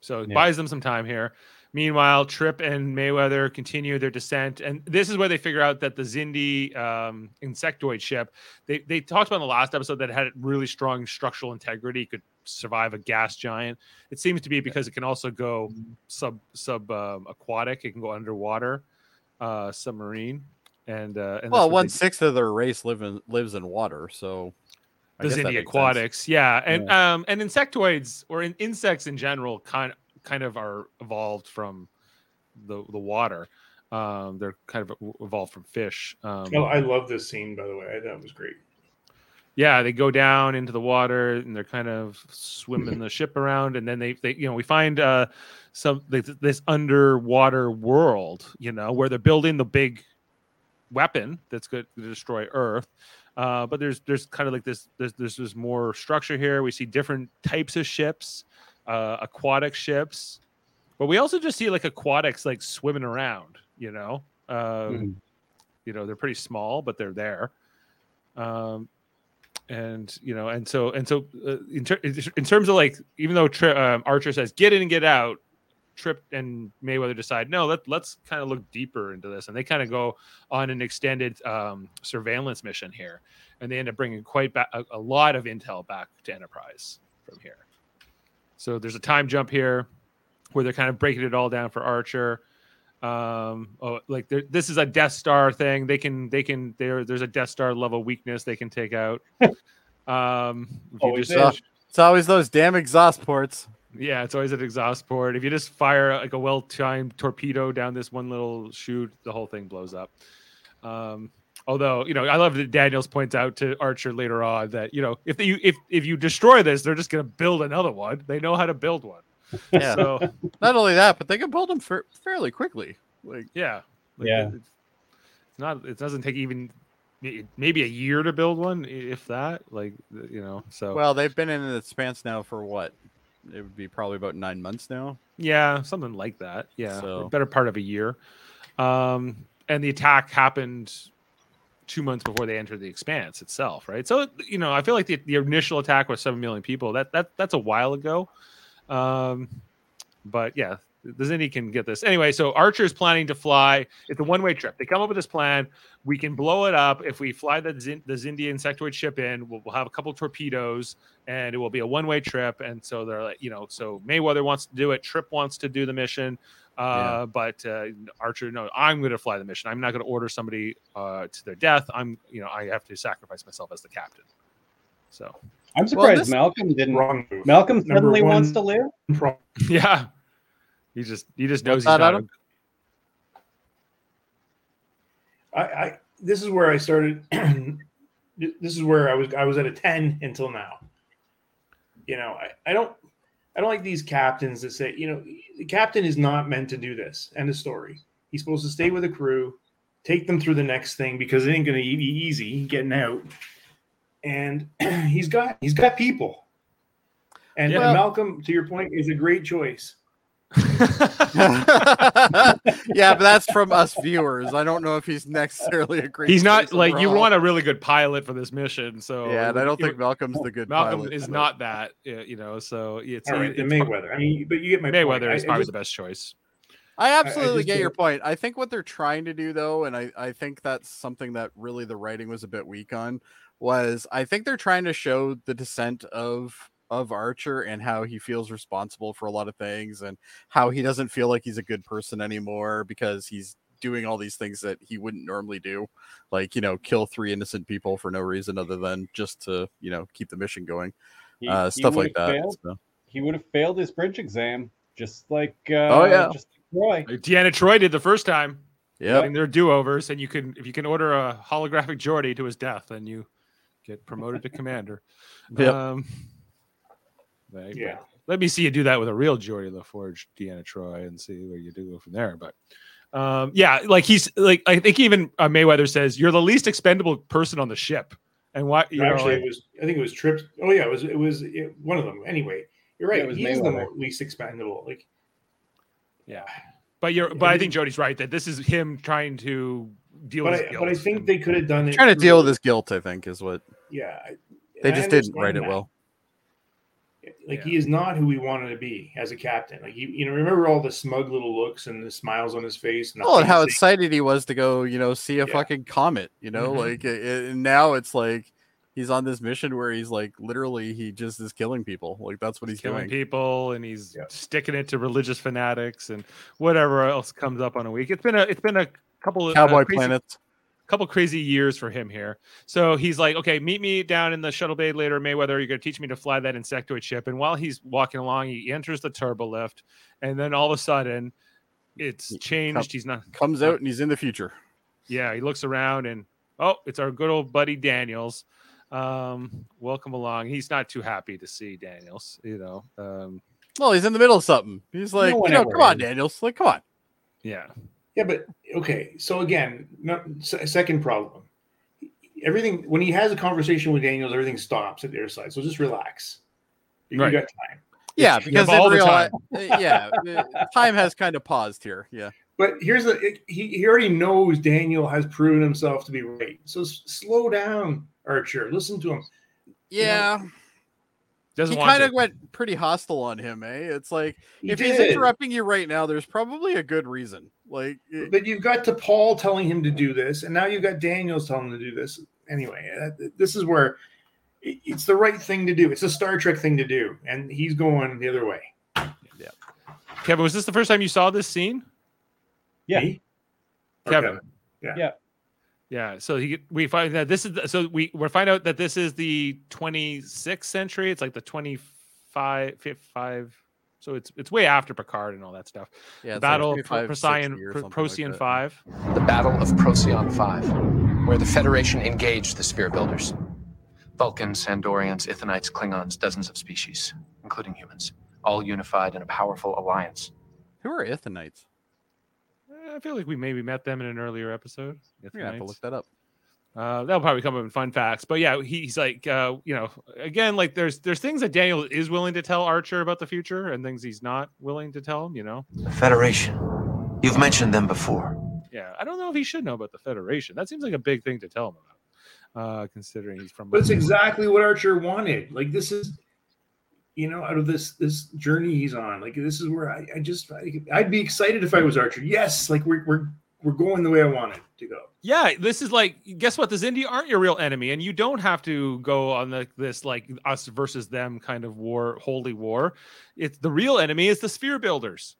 Speaker 4: So it
Speaker 2: Yeah.
Speaker 4: buys them some time here. Meanwhile, Tripp and Mayweather continue their descent, and this is where they figure out that the Zindi um, insectoid ship. They they talked about in the last episode that it had really strong structural integrity, could survive a gas giant. It seems to be because it can also go sub sub um, aquatic. It can go underwater, uh, submarine, and, uh, and
Speaker 1: Well,
Speaker 4: that's what
Speaker 1: one
Speaker 4: they-
Speaker 1: sixth of their race live in, lives in water, so I
Speaker 4: the
Speaker 1: guess that
Speaker 4: Zindi
Speaker 1: makes sense.
Speaker 4: aquatics, yeah, and um, and insectoids or in, insects in general kind kind of are evolved from the the water. Um, they're kind of evolved from fish. Um,
Speaker 1: Oh,
Speaker 3: Well, I love this scene, by the way. I thought it was great.
Speaker 4: yeah, they go down into the water and they're kind of swimming the ship around, and then they, they you know, we find uh, some th- th- this underwater world, you know, where they're building the big weapon that's going to destroy Earth. Uh, but there's there's kind of like this there's there's, there's more structure here. We see different types of ships, uh, aquatic ships, but we also just see like aquatics like swimming around, you know. Um,
Speaker 2: Mhm.
Speaker 4: you know they're pretty small but they're there um and you know and so and so uh, in, ter- in terms of like even though Tri- um, archer says get in and get out trip and mayweather decide no let, let's kind of look deeper into this and they kind of go on an extended um, surveillance mission here and they end up bringing quite ba- a, a lot of intel back to enterprise from here so there's a time jump here where they're kind of breaking it all down for archer um oh, like there- this is a death star thing they can they can there there's a death star level weakness they can take out um if you
Speaker 2: Always
Speaker 4: just-
Speaker 1: saw- It's always those damn exhaust ports.
Speaker 4: yeah it's always an exhaust port if you just fire like a well-timed torpedo down this one little chute the whole thing blows up um although you know i love that daniels points out to archer later on that you know if you if if you destroy this they're just going to build another one they know how to build one
Speaker 1: Yeah. [laughs]
Speaker 4: so
Speaker 1: Not only that, but they can build them fa- fairly quickly. Like
Speaker 4: Yeah.
Speaker 2: Yeah.
Speaker 4: it- It's not. It doesn't take even may- maybe a year to build one, i- if that. Like th- you know. So
Speaker 1: Well, they've been in the spans now for what? It would be probably about nine months now. [laughs]
Speaker 4: yeah, something like that. Yeah,
Speaker 1: So-
Speaker 4: a better part of a year. Um, and the attack happened two months before they entered the expanse itself, right? So you know, I feel like the, the initial attack was seven million people. That that that's a while ago. Um, but yeah, the Zindi can get this anyway. So Archer's planning to fly. It's a one-way trip. They come up with this plan. We can blow it up if we fly the Zin- the Zindi insectoid ship in. We'll, we'll have a couple torpedoes, and it will be a one-way trip. And so they're like, you know, so Mayweather wants to do it. Trip wants to do the mission. Uh, But uh, Archer, no, I'm going to fly the mission. I'm not going to order somebody uh, to their death. I'm, you know, I have to sacrifice myself as the captain. So [laughs]
Speaker 2: I'm surprised
Speaker 1: this-
Speaker 2: Malcolm didn't.
Speaker 3: Wrong move.
Speaker 2: Malcolm
Speaker 3: Number
Speaker 2: suddenly
Speaker 3: one-
Speaker 2: wants to live.
Speaker 3: Pro-
Speaker 4: yeah, he just he just
Speaker 1: What's
Speaker 4: knows
Speaker 1: that,
Speaker 4: he's not.
Speaker 1: Adam?
Speaker 3: I, I this is where I started. [clears throat] this is where I was. I was at a ten until now. You know, I, I don't. I don't like these captains that say, you know, the captain is not meant to do this. End of story. He's supposed to stay with the crew, take them through the next thing because it ain't going to be easy getting out. And [clears throat] he's got he's got people. And
Speaker 4: Yeah.
Speaker 3: Malcolm, to your point, is a great choice.
Speaker 4: [laughs]
Speaker 1: yeah, but that's from us viewers. I don't know if he's necessarily a great.
Speaker 4: He's not
Speaker 1: choice
Speaker 4: like you
Speaker 1: overall.
Speaker 4: want a really good pilot for this mission. So
Speaker 1: Yeah, and I
Speaker 4: it-
Speaker 1: don't
Speaker 4: it-
Speaker 1: think Malcolm's the good.
Speaker 4: Malcolm
Speaker 1: pilot,
Speaker 4: is
Speaker 1: so-
Speaker 4: not that. uh, You know, so it's, uh,
Speaker 3: All right,
Speaker 4: it's
Speaker 3: then Mayweather. I mean, but you get my point.
Speaker 4: Mayweather
Speaker 3: I-
Speaker 4: is
Speaker 3: I
Speaker 4: probably
Speaker 3: just-
Speaker 4: the best choice.
Speaker 1: I absolutely
Speaker 3: just
Speaker 1: get your
Speaker 3: don't-
Speaker 1: point. I think what they're trying to do though, and I, I think that's something that really the writing was a bit weak on, was I think they're trying to show the descent of of Archer and how he feels responsible for a lot of things and how he doesn't feel like he's a good person anymore because he's doing all these things that he wouldn't normally do. Like, you know, kill three innocent people for no reason other than just to, you know, keep the mission going.
Speaker 2: He-
Speaker 1: Uh,
Speaker 2: he
Speaker 1: stuff
Speaker 2: would've
Speaker 1: like that.
Speaker 2: failed-
Speaker 1: so.
Speaker 2: He would have failed his bridge exam, just like uh,
Speaker 1: Oh, yeah.
Speaker 2: just like Roy.
Speaker 4: Like Deanna Troy did the first time
Speaker 1: Yep.
Speaker 4: in their do-overs, and you can if you can order a holographic Geordie to his death, then you get promoted to commander.
Speaker 1: [laughs] Yep.
Speaker 4: Um, right, but
Speaker 3: Yeah.
Speaker 4: Let me see you do that with a real Geordie LaForge, Deanna Troy, and see where you do go from there. But um, yeah, like he's like I think even uh, Mayweather says you're the least expendable person on the ship, and why you know,
Speaker 3: actually,
Speaker 4: like-
Speaker 3: it was. I think it was Trips. Oh yeah, it was. It was it, one of them. Anyway, You're right.
Speaker 2: It was
Speaker 3: He's the
Speaker 2: Mayweather.
Speaker 3: mo- least expendable. Like
Speaker 4: Yeah, but you're. But I think Jody's right that this is him trying to deal
Speaker 3: but
Speaker 4: with.
Speaker 3: I,
Speaker 4: his
Speaker 3: but I
Speaker 4: guilt
Speaker 3: think
Speaker 4: and-
Speaker 3: they could have done it.
Speaker 1: Trying to deal with
Speaker 3: through-
Speaker 1: his guilt, I think, is what
Speaker 3: Yeah, I-
Speaker 1: they
Speaker 3: and I
Speaker 1: just didn't write
Speaker 3: understand
Speaker 1: it
Speaker 3: that.
Speaker 1: well.
Speaker 3: Like
Speaker 4: Yeah.
Speaker 3: he is not who we wanted to be as a captain. Like you, you know, remember all the smug little looks and the smiles on his face. And the
Speaker 1: Oh, and how
Speaker 3: things
Speaker 1: excited he was to go, you know, see a
Speaker 3: Yeah.
Speaker 1: fucking comet, you know,
Speaker 4: Mhm.
Speaker 1: like it, it- and now it's like he's on this mission where he's like literally he just is killing people. Like that's what he's,
Speaker 4: killing
Speaker 1: doing.
Speaker 4: people and he's
Speaker 3: Yeah.
Speaker 4: sticking it to religious fanatics and whatever else comes up on a week. It's been a it's been a couple of
Speaker 1: Cowboy
Speaker 4: uh, crazy,
Speaker 1: planets.
Speaker 4: couple crazy years for him here. So he's like, okay, meet me down in the shuttle bay later, Mayweather. You're gonna teach me to fly that insectoid ship. And while he's walking along, he enters the turbo lift, and then all of a sudden, it's
Speaker 1: He
Speaker 4: changed. He's not.
Speaker 1: comes out and he's in the future.
Speaker 4: Yeah, he looks around and oh, it's our good old buddy Daniels. Um, welcome along. He's not too happy to see Daniels, you know. Um,
Speaker 1: Well, he's in the middle of something. He's like,
Speaker 2: one
Speaker 1: you know,
Speaker 2: ever
Speaker 1: come on,
Speaker 2: is.
Speaker 1: Daniels. Like, come on.
Speaker 4: yeah.
Speaker 3: Yeah, but okay. So again, no, se- second problem. Everything when he has a conversation with Daniels, everything stops at their side. So just relax. You, you
Speaker 4: Right.
Speaker 3: got time.
Speaker 1: Yeah,
Speaker 4: you
Speaker 1: because
Speaker 4: have
Speaker 1: in
Speaker 4: all the
Speaker 1: real
Speaker 4: time.
Speaker 1: li- yeah, uh, time has kind of paused here.
Speaker 4: [laughs]
Speaker 1: Yeah.
Speaker 3: But here's the it, he, he already knows Daniel has proven himself to be right. So s- slow down, Archer. Listen to him.
Speaker 1: Yeah.
Speaker 4: Doesn't
Speaker 1: he
Speaker 4: want
Speaker 1: kind
Speaker 4: to.
Speaker 1: of went pretty hostile on him, eh? It's like
Speaker 3: He
Speaker 1: if he's
Speaker 3: did.
Speaker 1: interrupting you right now, there's probably a good reason. Like it-
Speaker 3: But you've got to Paul telling him to do this, and now you've got Daniels telling him to do this. Anyway, that, this is where it- it's the right thing to do. It's a Star Trek thing to do, and he's going the other way.
Speaker 4: Kevin, was this the first time you saw this scene?
Speaker 2: Yeah.
Speaker 3: Me? Or
Speaker 4: Kevin.
Speaker 3: Yeah.
Speaker 2: Yeah.
Speaker 4: Yeah. So he, we find that this is the- so we we find out that this is the 26th century. It's like the 25 fif- five. So it's it's way after Picard and all that stuff.
Speaker 1: yeah, it's
Speaker 4: the
Speaker 1: like
Speaker 4: Battle of
Speaker 1: 25,
Speaker 4: Pro-
Speaker 1: 60 or
Speaker 4: Procyon, Pro-
Speaker 1: something like
Speaker 4: Procyon
Speaker 1: that.
Speaker 4: Five.
Speaker 5: the Battle of Procyon 5, where the Federation engaged the Spear Builders. Vulcans, Andorians, Ithanites, Klingons, dozens of species, including humans, all unified in a powerful alliance.
Speaker 1: Who are Ithanites?
Speaker 4: Eh, I feel like we maybe met them in an earlier episode.
Speaker 1: We're gonna have to
Speaker 4: Ithanites.
Speaker 1: look that up.
Speaker 4: Uh, that'll probably come up in fun facts, but yeah, he- he's like, uh, you know, again, like there's there's things that Daniel is willing to tell Archer about the future, and things he's not willing to tell him. You know,
Speaker 6: The Federation. You've mentioned them before.
Speaker 4: yeah, I don't know if he should know about the Federation. That seems like a big thing to tell him about, uh, considering he's from.
Speaker 3: But it's exactly what Archer wanted. Like this is, you know, out of this this journey he's on. Like this is where I, I just I, I'd be excited if I was Archer. Yes, like we're we're we're going the way I wanted to go.
Speaker 4: Yeah, this is like, guess what? The Zindi aren't your real enemy, and you don't have to go on like this like us versus them kind of war, holy war. It's the real enemy is the Sphere Builders.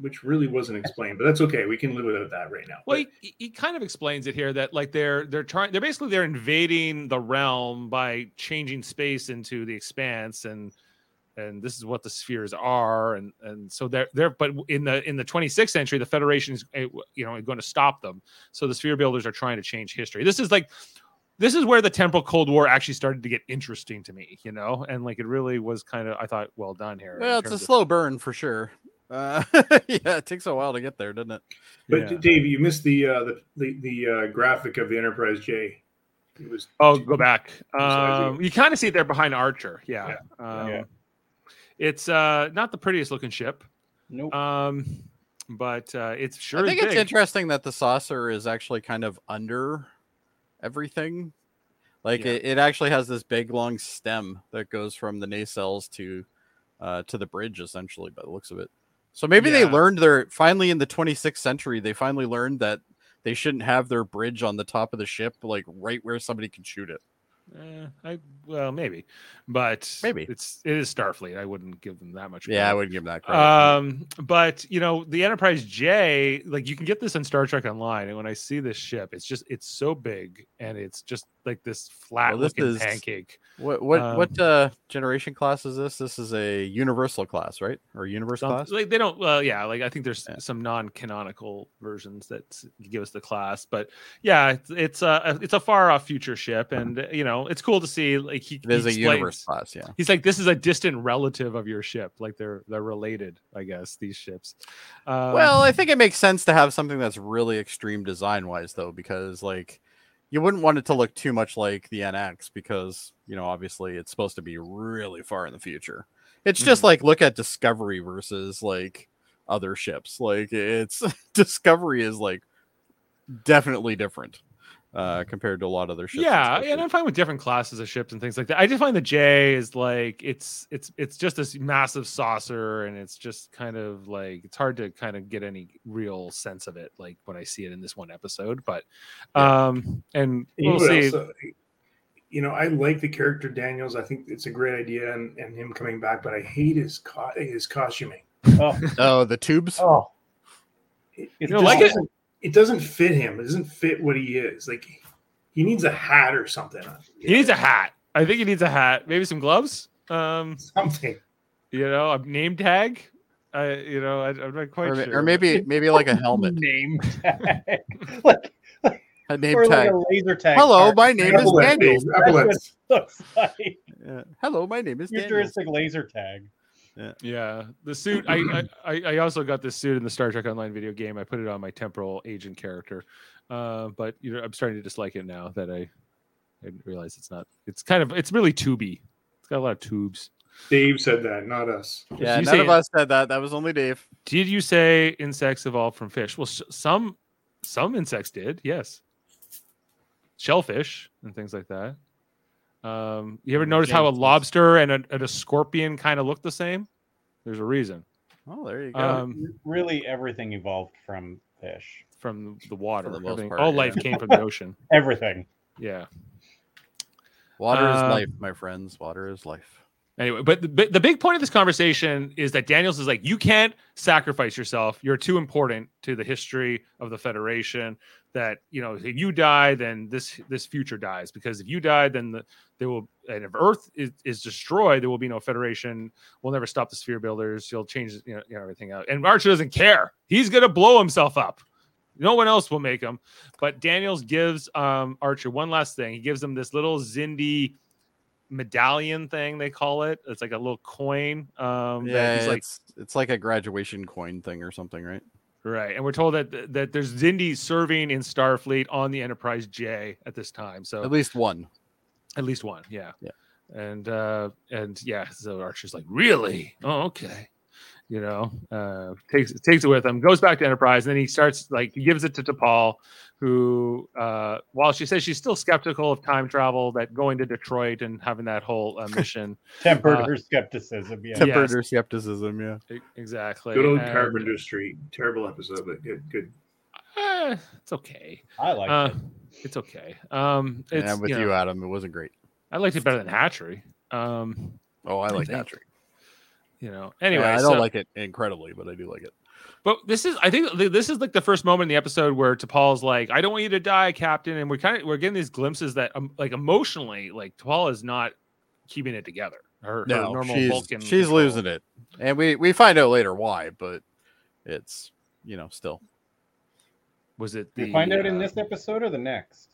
Speaker 3: Which really wasn't explained, but that's okay. We can live without that right now.
Speaker 4: Well,
Speaker 3: But-
Speaker 4: he, he- he kind of explains it here that like they're they're trying they're basically they're invading the realm by changing space into the expanse and and this is what the spheres are and and so they're they're but in the in the 26th century the federation is eh, you know going to stop them so the sphere builders are trying to change history this is like this is where the temporal cold war actually started to get interesting to me you know and like it really was kind of i thought well done here in
Speaker 1: Well, it's a
Speaker 4: terms of-
Speaker 1: slow burn for sure. Uh, [laughs] yeah, it takes a while to get there, doesn't it?
Speaker 3: but
Speaker 4: yeah.
Speaker 3: Dave, you missed the uh, the the, the uh, graphic of the Enterprise J. It was
Speaker 4: Oh, go back.
Speaker 3: sorry,
Speaker 4: Um, you kind of see it there behind Archer. Yeah. Um,
Speaker 2: Yeah.
Speaker 4: It's uh, not the prettiest looking ship,
Speaker 1: Uh,
Speaker 2: Nope.
Speaker 4: um, but uh, it's sure
Speaker 1: I think
Speaker 4: is
Speaker 1: it's
Speaker 4: big.
Speaker 1: interesting that the saucer is actually kind of under everything. Like
Speaker 4: Yeah.
Speaker 1: it, it actually has this big long stem that goes from the nacelles to uh, to the bridge, essentially, by the looks of it. So maybe they
Speaker 4: Yeah.
Speaker 1: learned their finally in the 26th century, they finally learned that they shouldn't have their bridge on the top of the ship, like right where somebody can shoot it.
Speaker 4: Eh, I well maybe, but
Speaker 1: Maybe.
Speaker 4: it's it is Starfleet. I wouldn't give them that much.
Speaker 1: Yeah, I
Speaker 4: credit.
Speaker 1: would give them that credit.
Speaker 4: Um, but you know, the Enterprise J, like you can get this on Star Trek Online, and when I see this ship, it's just it's so big and it's just like this flat
Speaker 1: this
Speaker 4: looking
Speaker 1: is-
Speaker 4: pancake.
Speaker 1: What what
Speaker 4: Um,
Speaker 1: what uh, generation class is this? This is a universal class, right? Or universe
Speaker 4: Some-
Speaker 1: class?
Speaker 4: Like they don't. Well, yeah. Like I think there's
Speaker 1: Yeah.
Speaker 4: some non-canonical versions that s- give us the class, but yeah, it's, it's a it's a far off future ship, and uh, you know it's cool to see. Like he,
Speaker 1: There's
Speaker 4: he
Speaker 1: a universe
Speaker 4: explains-
Speaker 1: class, yeah.
Speaker 4: He's like, this is a distant relative of your ship. Like they're they're related, I guess. These ships. Um,
Speaker 1: well, I think it makes sense to have something that's really extreme design wise, though, because like you wouldn't want it to look too much like the NX because you know obviously it's supposed to be really far in the future. It's
Speaker 2: Mm-hmm.
Speaker 1: just like look at Discovery versus like other ships. Like it's [laughs] Discovery is like definitely different uh
Speaker 2: Mm-hmm.
Speaker 1: compared to a lot of other ships. and
Speaker 4: yeah,
Speaker 1: stuff,
Speaker 4: and
Speaker 1: too.
Speaker 4: I'm fine with different classes of ships and things like that. I just find the J is like it's it's it's just this massive saucer, and it's just kind of like it's hard to kind of get any real sense of it, like when I see it in this one episode. But um, and
Speaker 3: You know
Speaker 4: we'll
Speaker 3: what
Speaker 4: see.
Speaker 3: else, uh, you know, I like the character Daniels. I think it's a great idea, and, and him coming back. But I hate his co- his costuming.
Speaker 2: Oh, [laughs]
Speaker 1: Oh, the tubes.
Speaker 2: oh,
Speaker 3: It,
Speaker 2: You
Speaker 3: it
Speaker 4: don't
Speaker 3: just
Speaker 4: like it?
Speaker 3: doesn't- It doesn't fit him. It doesn't fit what he is. Like he needs a hat or something.
Speaker 4: He needs a hat. I think he needs a hat. Maybe some gloves. Um,
Speaker 3: Something.
Speaker 4: you know, a name tag. I you know, I, I'm not quite
Speaker 1: Or, ma-
Speaker 4: sure.
Speaker 1: or maybe maybe like a helmet,
Speaker 2: name tag. [laughs] like, [laughs]
Speaker 1: a name
Speaker 2: or like
Speaker 1: tag.
Speaker 2: a laser tag.
Speaker 1: Hello,
Speaker 2: card.
Speaker 1: my name is
Speaker 3: Epaulets,
Speaker 1: Daniels.
Speaker 3: please.
Speaker 2: That's what
Speaker 3: Epaulets.
Speaker 2: it [laughs] looks like.
Speaker 1: Yeah. Hello, my name is Daniels.
Speaker 2: Futuristic laser tag.
Speaker 4: Yeah, the suit. I, I- I I also got this suit in the Star Trek Online video game. I put it on my temporal agent character, uh, but you know I'm starting to dislike it now that I I realize it's not. It's kind of it's really tubey. It's got a lot of tubes.
Speaker 3: Dave said that, not us.
Speaker 1: Yeah,
Speaker 4: You
Speaker 1: none
Speaker 4: say
Speaker 1: of
Speaker 4: it.
Speaker 1: us said that. That was only Dave.
Speaker 4: Did you say insects evolved from fish? Well, s some some insects did. Yes, shellfish and things like that. Um, you ever
Speaker 1: And
Speaker 4: notice how a
Speaker 1: Jamesons.
Speaker 4: lobster and a, and a scorpion kind of look the same? There's a reason
Speaker 1: Oh, there you go.
Speaker 4: Um,
Speaker 2: Really, everything evolved from fish.
Speaker 4: from the water.
Speaker 1: the most
Speaker 4: Everything-
Speaker 1: part,
Speaker 4: all
Speaker 1: yeah.
Speaker 4: life came from
Speaker 1: [laughs]
Speaker 4: the ocean.
Speaker 2: Everything.
Speaker 4: Yeah.
Speaker 1: Water is
Speaker 4: uh,
Speaker 1: life, my friends. Water is life.
Speaker 4: Anyway, but the, but the big point of this conversation is that Daniels is like, you can't sacrifice yourself. You're too important to the history of the Federation. That you know, if you die, then this this future dies. Because if you die, then the, there will. And if Earth is, is destroyed, there will be no Federation. We'll never stop the Sphere Builders. You'll change you know, you know everything out. And Archer doesn't care. He's gonna blow himself up. No one else will make him. But Daniels gives um, Archer one last thing. He gives him this little Zindi medallion thing they call it. It's like a little coin. Um, that
Speaker 1: yeah, it's,
Speaker 4: he's like
Speaker 1: it's like a graduation coin thing or something, right?
Speaker 4: right, and we're told that that there's Zindi serving in Starfleet on the Enterprise J at this time. So
Speaker 1: At least one.
Speaker 4: at least one, yeah,
Speaker 1: Yeah.
Speaker 4: and uh, and yeah. So Archer's like, really? Oh, okay. You know, uh, takes takes it with him, goes back to Enterprise, and then he starts like he gives it to T'Pol, who, uh, while she says she's still skeptical of time travel, that going to Detroit and having that
Speaker 1: [laughs]
Speaker 4: whole uh, mission,
Speaker 2: Tempered
Speaker 4: Uh,
Speaker 2: her skepticism. Yeah.
Speaker 4: Tem-
Speaker 1: Tempered
Speaker 4: Yes.
Speaker 1: her skepticism, yeah.
Speaker 4: E- exactly.
Speaker 3: Good old
Speaker 1: uh,
Speaker 4: and-
Speaker 3: Carpenter Street. Terrible episode, but good. Good.
Speaker 4: Eh, it's okay.
Speaker 2: I like
Speaker 4: Uh,
Speaker 2: it.
Speaker 4: it's okay. Um,
Speaker 1: And
Speaker 4: it's,
Speaker 1: I'm with
Speaker 4: you
Speaker 1: you,
Speaker 4: know,
Speaker 1: Adam. It wasn't great.
Speaker 4: I liked it better than Hatchery. Um,
Speaker 1: Oh, I like that
Speaker 4: think.
Speaker 1: trick.
Speaker 4: you know.
Speaker 1: Anyway,
Speaker 4: Anyway,
Speaker 1: I don't
Speaker 4: so-
Speaker 1: like it incredibly, but I do like it.
Speaker 4: But this is, I think, th- this is like the first moment in the episode where T'Pol's like, "I don't want you to die, Captain," and we're kind of we're getting these glimpses that, um, like, emotionally, like T'Pol is not keeping it together. Her, her
Speaker 1: No,
Speaker 4: normal
Speaker 1: she's,
Speaker 4: Vulcan.
Speaker 1: she's
Speaker 4: control.
Speaker 1: losing it, and we we find out later why, but it's you know still.
Speaker 4: Was it?
Speaker 2: You
Speaker 4: The,
Speaker 2: find out in
Speaker 4: uh,
Speaker 2: this episode or the next?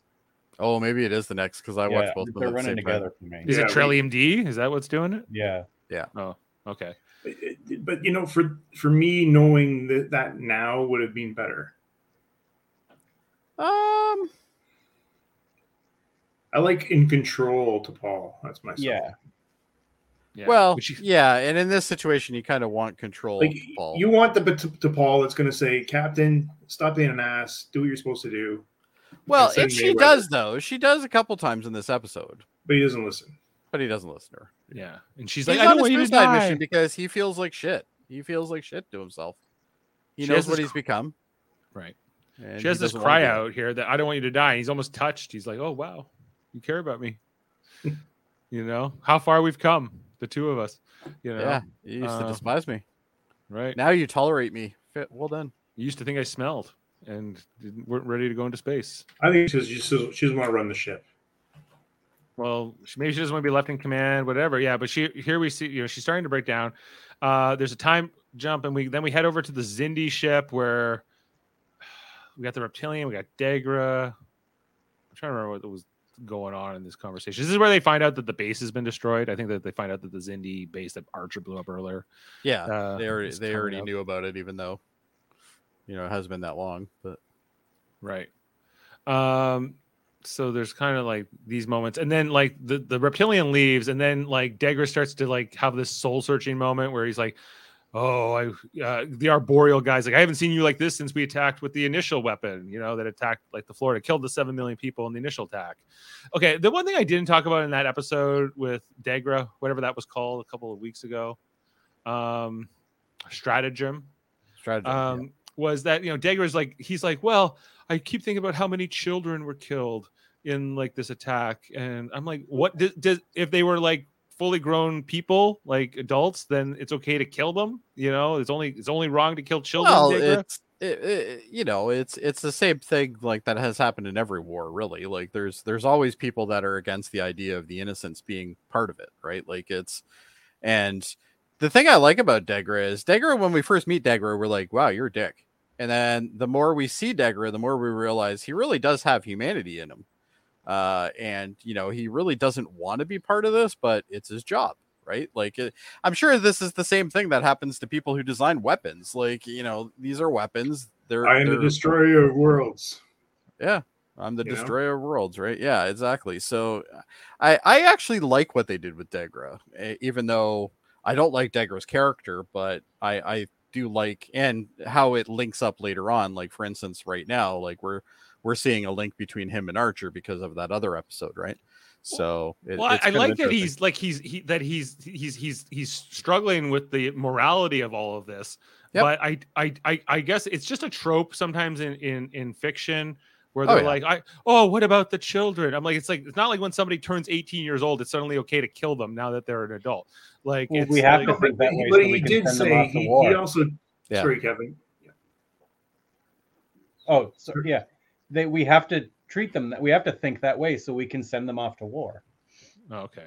Speaker 1: Oh, maybe it is the next because I watched both of them.
Speaker 2: they're
Speaker 1: at the
Speaker 2: running
Speaker 1: same time.
Speaker 2: together for me.
Speaker 4: Is
Speaker 3: Yeah,
Speaker 4: it
Speaker 3: we-
Speaker 4: Trillium D? Is that what's doing it? Oh,
Speaker 2: Yeah.
Speaker 4: Okay.
Speaker 3: But- But you know, for for me, knowing that that now would have been better.
Speaker 1: Um,
Speaker 3: I like in control to Paul. That's my
Speaker 2: Yeah.
Speaker 4: Yeah.
Speaker 1: well,
Speaker 4: Which-
Speaker 1: yeah, and in this situation, you kind of want control.
Speaker 3: Like
Speaker 1: Paul.
Speaker 3: you want the to, to Paul that's going to say, Captain, stop being an ass. Do what you're supposed to do.
Speaker 1: well,
Speaker 3: Instead
Speaker 1: if
Speaker 3: of
Speaker 1: she
Speaker 3: Mayweather.
Speaker 1: does though, she does a couple times in this episode,
Speaker 3: But he doesn't listen.
Speaker 1: but he doesn't listen to her.
Speaker 4: yeah. And she's
Speaker 1: He's
Speaker 4: like, "I
Speaker 1: on
Speaker 4: don't
Speaker 1: a
Speaker 4: want you to
Speaker 1: suicide
Speaker 4: die."
Speaker 1: mission because he feels like shit. He feels like shit to himself. He
Speaker 4: She has
Speaker 1: knows what
Speaker 4: this
Speaker 1: he's become.
Speaker 4: Right.
Speaker 1: and
Speaker 4: she
Speaker 1: he
Speaker 4: has this
Speaker 1: doesn't wanna
Speaker 4: cry
Speaker 1: do it.
Speaker 4: out here that I don't want you to die. And he's almost touched. He's like, "Oh wow, you care
Speaker 1: [laughs]
Speaker 4: about me." you know how far we've come, the two of us. You know,
Speaker 1: Yeah, you used to
Speaker 4: Uh,
Speaker 1: despise me.
Speaker 4: right?
Speaker 1: Now you tolerate me. Fit- Well done.
Speaker 4: You used to think I smelled and didn't, weren't ready to go into space.
Speaker 3: I think she's just she doesn't want to run the ship.
Speaker 4: Well, she, maybe she doesn't want to be left in command, whatever. Yeah, but she here we see you know she's starting to break down. Uh, there's a time jump, and we then we head over to the Zindi ship where [sighs] we got the reptilian, we got Degra. I'm trying to remember what was going on in this conversation. This is where they find out that the base has been destroyed. I think that they find out that the Zindi base that Archer blew up earlier.
Speaker 1: Yeah,
Speaker 4: Uh,
Speaker 1: they already
Speaker 4: is
Speaker 1: they
Speaker 4: coming
Speaker 1: already
Speaker 4: up.
Speaker 1: knew about it, even though you know it hasn't been that long. But
Speaker 4: Right. Um, so there's kind of like these moments and then like the, the reptilian leaves and then like Dagger starts to like have this soul searching moment where he's like oh i uh, the arboreal guys like i haven't seen you like this since we attacked with the initial weapon you know that attacked like the florida killed the 7 million people in the initial attack okay the one thing i didn't talk about in that episode with dagra whatever that was called a couple of weeks ago um stratagem
Speaker 1: Strategy.
Speaker 4: um, was that you know Dagger's like he's like, well, I keep thinking about how many children were killed in like this attack, and I'm like, what does, does if they were like fully grown people, like adults, then it's okay to kill them. You know, it's only it's only wrong to kill children.
Speaker 1: well,
Speaker 4: Dagra.
Speaker 1: it's it, it, you know, it's it's the same thing like that has happened in every war, really. Like there's there's always people that are against the idea of the innocents being part of it, right? Like it's and the thing I like about Degra is Degra when we first meet Degra, we're like, wow, you're a dick. And then the more we see Degra, the more we realize he really does have humanity in him. Uh, and you know, he really doesn't want to be part of this, but it's his job, right? Like it, I'm sure this is the same thing that happens to people who design weapons. Like, you know, these are weapons. They're,
Speaker 3: I am the
Speaker 1: they're-
Speaker 3: destroyer of worlds.
Speaker 1: yeah. I'm the
Speaker 3: You know?
Speaker 1: destroyer of worlds, right? Yeah, exactly. So uh, I I actually like what they did with Degra, e- even though I don't like Degra's character, but I I do like and how it links up later on. Like for instance, right now, like we're we're seeing a link between him and Archer because of that other episode, right? So it-
Speaker 4: well, I-
Speaker 1: it's
Speaker 4: I
Speaker 1: kind of
Speaker 4: like that
Speaker 1: interesting.
Speaker 4: he's like he's he, that he's he's he's he's struggling with the morality of all of this.
Speaker 1: Yep.
Speaker 4: But I, I I I guess it's just a trope sometimes in in in fiction where
Speaker 1: Oh,
Speaker 4: they're
Speaker 1: yeah.
Speaker 4: like, I oh, what about the children? I'm like, it's like it's not like when somebody turns 18 years old, it's suddenly okay to kill them now that they're an adult. Like
Speaker 2: Well,
Speaker 4: it's
Speaker 2: we have
Speaker 4: like-
Speaker 2: to think that way so
Speaker 3: but
Speaker 2: we
Speaker 3: he
Speaker 2: can
Speaker 3: did
Speaker 2: send them
Speaker 3: say
Speaker 2: off to
Speaker 3: he, he
Speaker 2: war.
Speaker 3: also.
Speaker 1: Yeah.
Speaker 3: Sorry, Kevin.
Speaker 2: Oh, so yeah, they we have to treat them that we have to think that way so we can send them off to war.
Speaker 4: Oh, okay.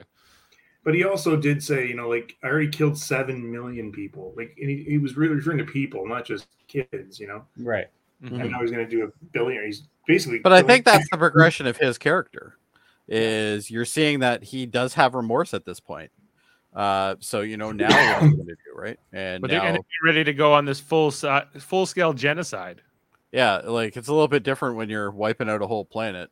Speaker 3: But he also did say, you know, like I already killed seven million people. Like, and he, he was really referring to people, not just kids. You know,
Speaker 2: Right.
Speaker 3: and now he's going to do a billion. He's basically.
Speaker 1: But I
Speaker 3: killing-
Speaker 1: think that's the progression of his character. Is you're seeing that he does have remorse at this point. Uh, so you know now
Speaker 4: [coughs]
Speaker 1: what I'm gonna do, right? And
Speaker 4: But they're
Speaker 1: now,
Speaker 4: gonna be ready to go on this full si- full scale genocide.
Speaker 1: yeah, like it's a little bit different when you're wiping out a whole planet.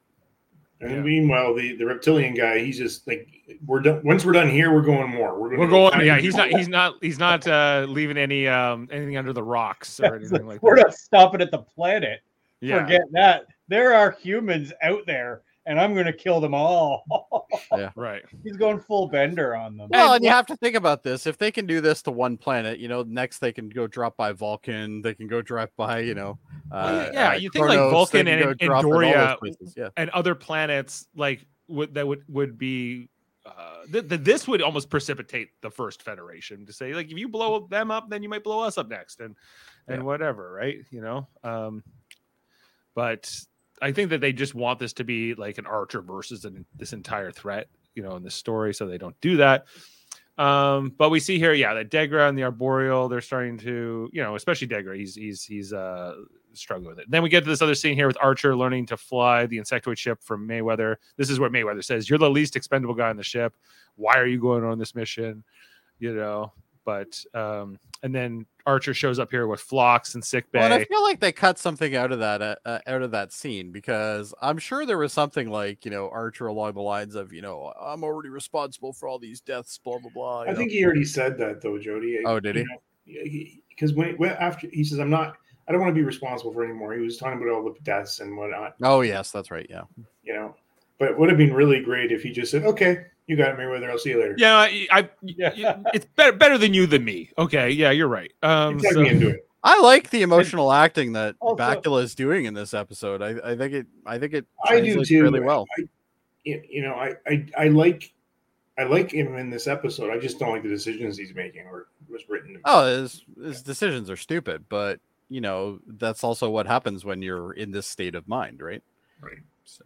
Speaker 3: And
Speaker 4: Yeah.
Speaker 3: meanwhile, the, the reptilian guy, he's just like, we're done. Once we're done here, we're going more. We're, gonna
Speaker 4: We're
Speaker 3: go
Speaker 4: going.
Speaker 3: find
Speaker 4: Yeah, he's not.
Speaker 3: people.
Speaker 4: He's not. He's not uh, leaving any um anything under the rocks or anything like
Speaker 2: We're
Speaker 4: that.
Speaker 2: not stopping at the planet.
Speaker 4: Yeah.
Speaker 2: Forget that. There are humans out there, and I'm going to kill them all. [laughs]
Speaker 4: Right.
Speaker 2: He's going full bender on them.
Speaker 1: Well, and you have to think about this. If they can do this to one planet, you know, next they can go drop by Vulcan. They can go drop by, you know,
Speaker 4: Well,
Speaker 1: uh,
Speaker 4: yeah,
Speaker 1: uh,
Speaker 4: you think, like,
Speaker 1: Kronos, they
Speaker 4: Vulcan
Speaker 1: can
Speaker 4: and-
Speaker 1: go
Speaker 4: and
Speaker 1: drop in all those
Speaker 4: Doria-
Speaker 1: places, Yeah,
Speaker 4: and other planets like would that would would be uh, th- th- this would almost precipitate the first federation to say like if you blow them up then you might blow us up next and and
Speaker 1: Yeah.
Speaker 4: whatever right you know um but i think that they just want this to be like an archer versus an, this entire threat you know in this story so they don't do that um but we see here yeah that degra and the arboreal they're starting to you know especially degra he's he's he's uh struggling with it. Then we get to this other scene here with Archer learning to fly the insectoid ship from Mayweather. This is where Mayweather says, "You're the least expendable guy on the ship. Why are you going on this mission?" You know, but um, and then Archer shows up here with Phlox and Sick Bay.
Speaker 1: Well, and I feel like they cut something out of that uh, uh, out of that scene because I'm sure there was something like you know Archer along the lines of you know I'm already responsible for all these deaths, blah blah blah. you
Speaker 3: I
Speaker 1: know.
Speaker 3: think he already said that though, Jody.
Speaker 1: Oh, did he?
Speaker 3: Because when, when after he says, "I'm not, I don't want to be responsible for anymore." He was talking about all the deaths and whatnot,
Speaker 1: Oh yes, that's right. Yeah,
Speaker 3: you know. But it would have been really great if he just said, "Okay, you got it, Mayweather. I'll see you later."
Speaker 4: yeah, I, I-
Speaker 2: Yeah.
Speaker 4: it's better better than you than me. Okay, yeah, you're right.
Speaker 3: He
Speaker 4: Um,
Speaker 3: talked
Speaker 4: so-
Speaker 3: me into it.
Speaker 1: I like the emotional acting that
Speaker 2: Also-
Speaker 1: Bakula is doing in this episode. I, I think it I think it
Speaker 3: I do
Speaker 1: translates
Speaker 3: too.
Speaker 1: really well.
Speaker 3: You you know, I, I, I like, I like him in this episode. I just don't like the decisions he's making or was written. to me.
Speaker 1: Oh, his his decisions are stupid, but you know that's also what happens when you're in this state of mind, right?
Speaker 3: Right.
Speaker 1: So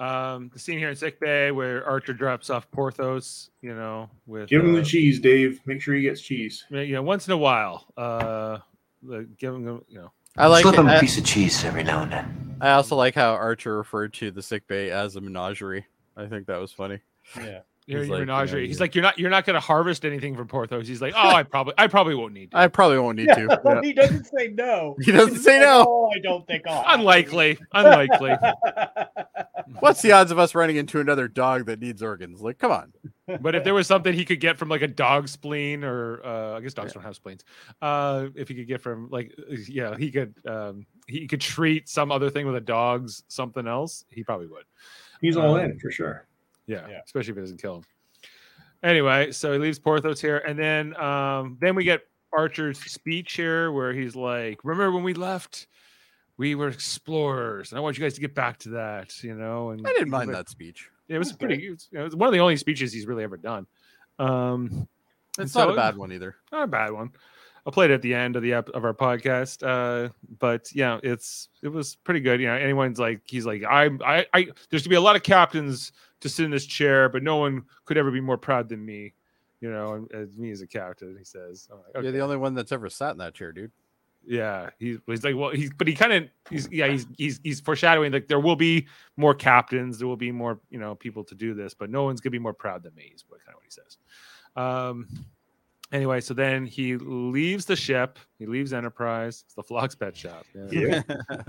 Speaker 4: um, the scene here in Sick Bay where Archer drops off Porthos. You know, with
Speaker 3: Give him
Speaker 4: uh,
Speaker 3: the cheese, Dave. Make sure he gets cheese.
Speaker 4: you know, once in a while, uh, the, give him, you know.
Speaker 1: I like.
Speaker 6: Slip
Speaker 1: it. uh,
Speaker 6: him a
Speaker 1: I,
Speaker 6: piece of cheese every now and then.
Speaker 1: I also like how Archer referred to the sick bay as a menagerie. I think that was funny.
Speaker 2: Yeah.
Speaker 4: You're
Speaker 1: He's
Speaker 4: your
Speaker 1: like, you know,
Speaker 4: menagerie. He's
Speaker 1: you-
Speaker 4: like, you're not, you're not going to harvest anything from Porthos. He's like, oh, I probably, I probably
Speaker 3: [laughs]
Speaker 4: won't need. To.
Speaker 1: I probably won't need
Speaker 4: [laughs]
Speaker 1: to. Yeah.
Speaker 2: He doesn't say no.
Speaker 1: He doesn't say
Speaker 2: He's like,
Speaker 1: no.
Speaker 2: Oh, I don't think I'll have to." [laughs]
Speaker 4: unlikely, unlikely.
Speaker 1: What's the odds of us running into another dog that needs organs? Like, come on.
Speaker 4: But if there was something he could get from like a dog spleen, or uh, I guess dogs don't have spleens, uh, if he could get from like, yeah, he could um, he could treat some other thing with a dog's something else, he probably would.
Speaker 3: He's
Speaker 1: Um,
Speaker 3: all in for sure.
Speaker 4: Yeah,
Speaker 2: Yeah.
Speaker 4: especially if it doesn't kill him. Anyway, so he leaves Porthos here, and then um, then we get Archer's speech here, where he's like, "Remember when we left? We were explorers, and I want you guys to get back to that." You know, and
Speaker 1: I didn't
Speaker 4: he's
Speaker 1: mind
Speaker 4: like-
Speaker 1: that speech.
Speaker 4: It was
Speaker 2: was
Speaker 4: pretty. It was, it was one of the only speeches he's really ever done. Um, and
Speaker 1: It's not
Speaker 4: so-
Speaker 1: a bad one either.
Speaker 4: not a bad one. I'll play it at the end of the ep- of our podcast. Uh, but yeah, it's it was pretty good. You know, anyone's like he's like I I I there's gonna be a lot of captains to sit in this chair, but no one could ever be more proud than me. You know, and, and me as a captain, he says. I'm like,
Speaker 1: You're the
Speaker 4: "Okay."
Speaker 1: only one that's ever sat in that chair, dude.
Speaker 4: yeah. He's, he's like, well, he's but he kind of he's yeah he's he's he's foreshadowing like there will be more captains, there will be more you know people to do this, but no one's gonna be more proud than me. Is what kind of what he says. Um, anyway, so then he leaves the ship. He leaves Enterprise. It's the Flock's pet shop.
Speaker 3: Yeah.
Speaker 4: [laughs]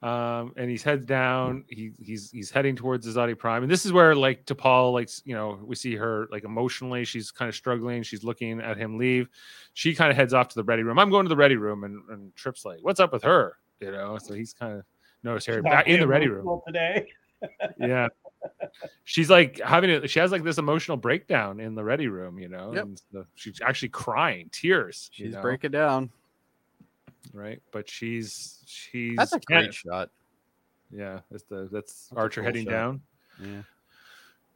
Speaker 4: Um, and he's heads down. He he's he's heading towards Azadi Prime, and this is where like T'Pol like you know we see her like emotionally. She's kind of struggling. She's looking at him leave. She kind of heads off to the ready room. I'm going to the ready room, and, and Trip's like, "What's up with her?" You know. So he's kind of noticed her
Speaker 2: Not
Speaker 4: back in the
Speaker 2: being
Speaker 4: ready room
Speaker 2: emotional today.
Speaker 4: yeah she's like having it she has like this emotional breakdown in the ready room you know
Speaker 1: Yep.
Speaker 4: and so she's actually crying tears you
Speaker 1: She's
Speaker 4: know,
Speaker 1: breaking down.
Speaker 4: right but she's she's
Speaker 1: That's a
Speaker 4: can't-
Speaker 1: great shot.
Speaker 4: yeah that's the that's,
Speaker 1: a
Speaker 4: archer
Speaker 1: cool
Speaker 4: heading
Speaker 1: shot.
Speaker 4: down
Speaker 1: Yeah.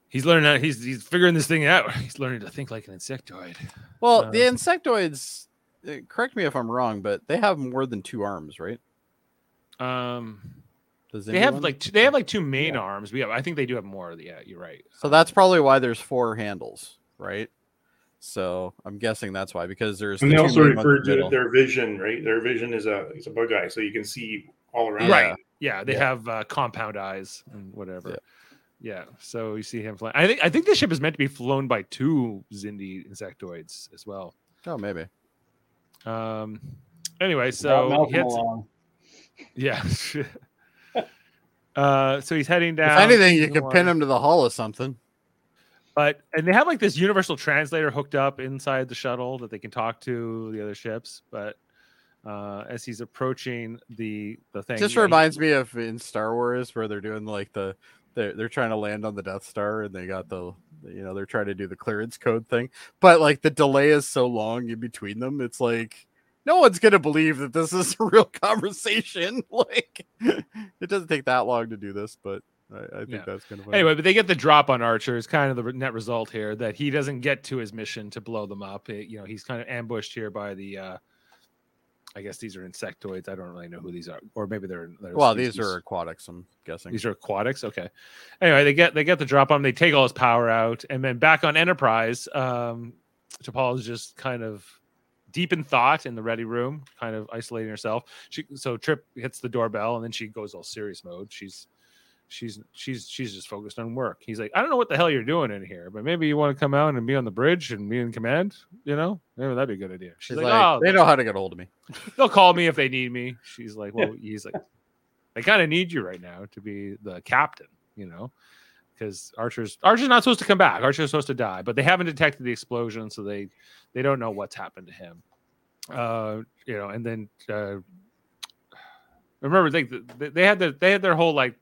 Speaker 4: he's learning how, he's he's figuring this thing out [laughs] he's learning to think like an insectoid
Speaker 1: Well,
Speaker 4: Uh,
Speaker 1: the insectoids, uh, correct me if I'm wrong, but they have more than two arms, right?
Speaker 4: um
Speaker 1: Does
Speaker 4: they have
Speaker 1: anyone?
Speaker 4: like two, they have like two main arms we have i think they do have more yeah you're right
Speaker 1: so that's probably why there's four handles, right? So I'm guessing that's why because there's
Speaker 3: And
Speaker 1: the two
Speaker 3: they also
Speaker 1: main ones in
Speaker 3: refer
Speaker 1: the
Speaker 3: to
Speaker 1: middle.
Speaker 3: their vision, right? Their vision is a it's a bug eye, so you can see all around.
Speaker 4: right yeah they
Speaker 1: Yeah.
Speaker 4: have uh, compound eyes and whatever yeah. so you see him flying i think i think the ship is meant to be flown by two zindi insectoids as well
Speaker 1: Oh, maybe.
Speaker 4: um anyway
Speaker 2: Brought
Speaker 4: so
Speaker 2: Malcolm
Speaker 4: he heads-
Speaker 2: along.
Speaker 4: yeah [laughs] uh so he's heading down
Speaker 1: if anything, you
Speaker 4: in the
Speaker 1: could
Speaker 4: water.
Speaker 1: pin him to the hull of something.
Speaker 4: but and they have like this universal translator hooked up inside the shuttle that they can talk to the other ships but uh as he's approaching the the thing
Speaker 1: Just
Speaker 4: yeah, he-
Speaker 1: reminds me of in Star Wars where they're doing like the they're, they're trying to land on the Death Star and they got the you know they're trying to do the clearance code thing, but like the delay is so long in between them, it's like no one's gonna believe that this is [laughs] a real conversation. [laughs] Like it doesn't take that long to do this, but I, I think
Speaker 4: Yeah.
Speaker 1: that's kind of
Speaker 4: Anyway, but they get the drop on Archer. Is kind of the re- net result here that he doesn't get to his mission to blow them up. It- you know, he's kind of ambushed here by the. uh I guess these are insectoids. I don't really know who these are, or maybe they're. they're
Speaker 1: Well, these
Speaker 4: species.
Speaker 1: are aquatics. I'm guessing.
Speaker 4: these are aquatics. Okay. Anyway, they get they get the drop on. him, They take all his power out, and then back on Enterprise. Um, T'Pol is just kind of deep in thought in the ready room, kind of isolating herself. She so Trip hits the doorbell, and then she goes all serious mode. She's she's she's she's just focused on work. He's like, I don't know what the hell you're doing in here, but maybe you want to come out and be on the bridge and be in command. You know, maybe that'd be a good idea. She's,
Speaker 1: She's
Speaker 4: like,
Speaker 1: like,
Speaker 4: Oh,
Speaker 1: they know how to get a hold of me.
Speaker 4: they'll call me if they need me. She's like, well, he's like, they kind of need you right now to be the captain, you know, because Archer's Archer's not supposed to come back. Archer's supposed to die, but they haven't detected the explosion, so they they don't know what's happened to him. Uh, you know, and then uh, remember, they they had the, they had their whole like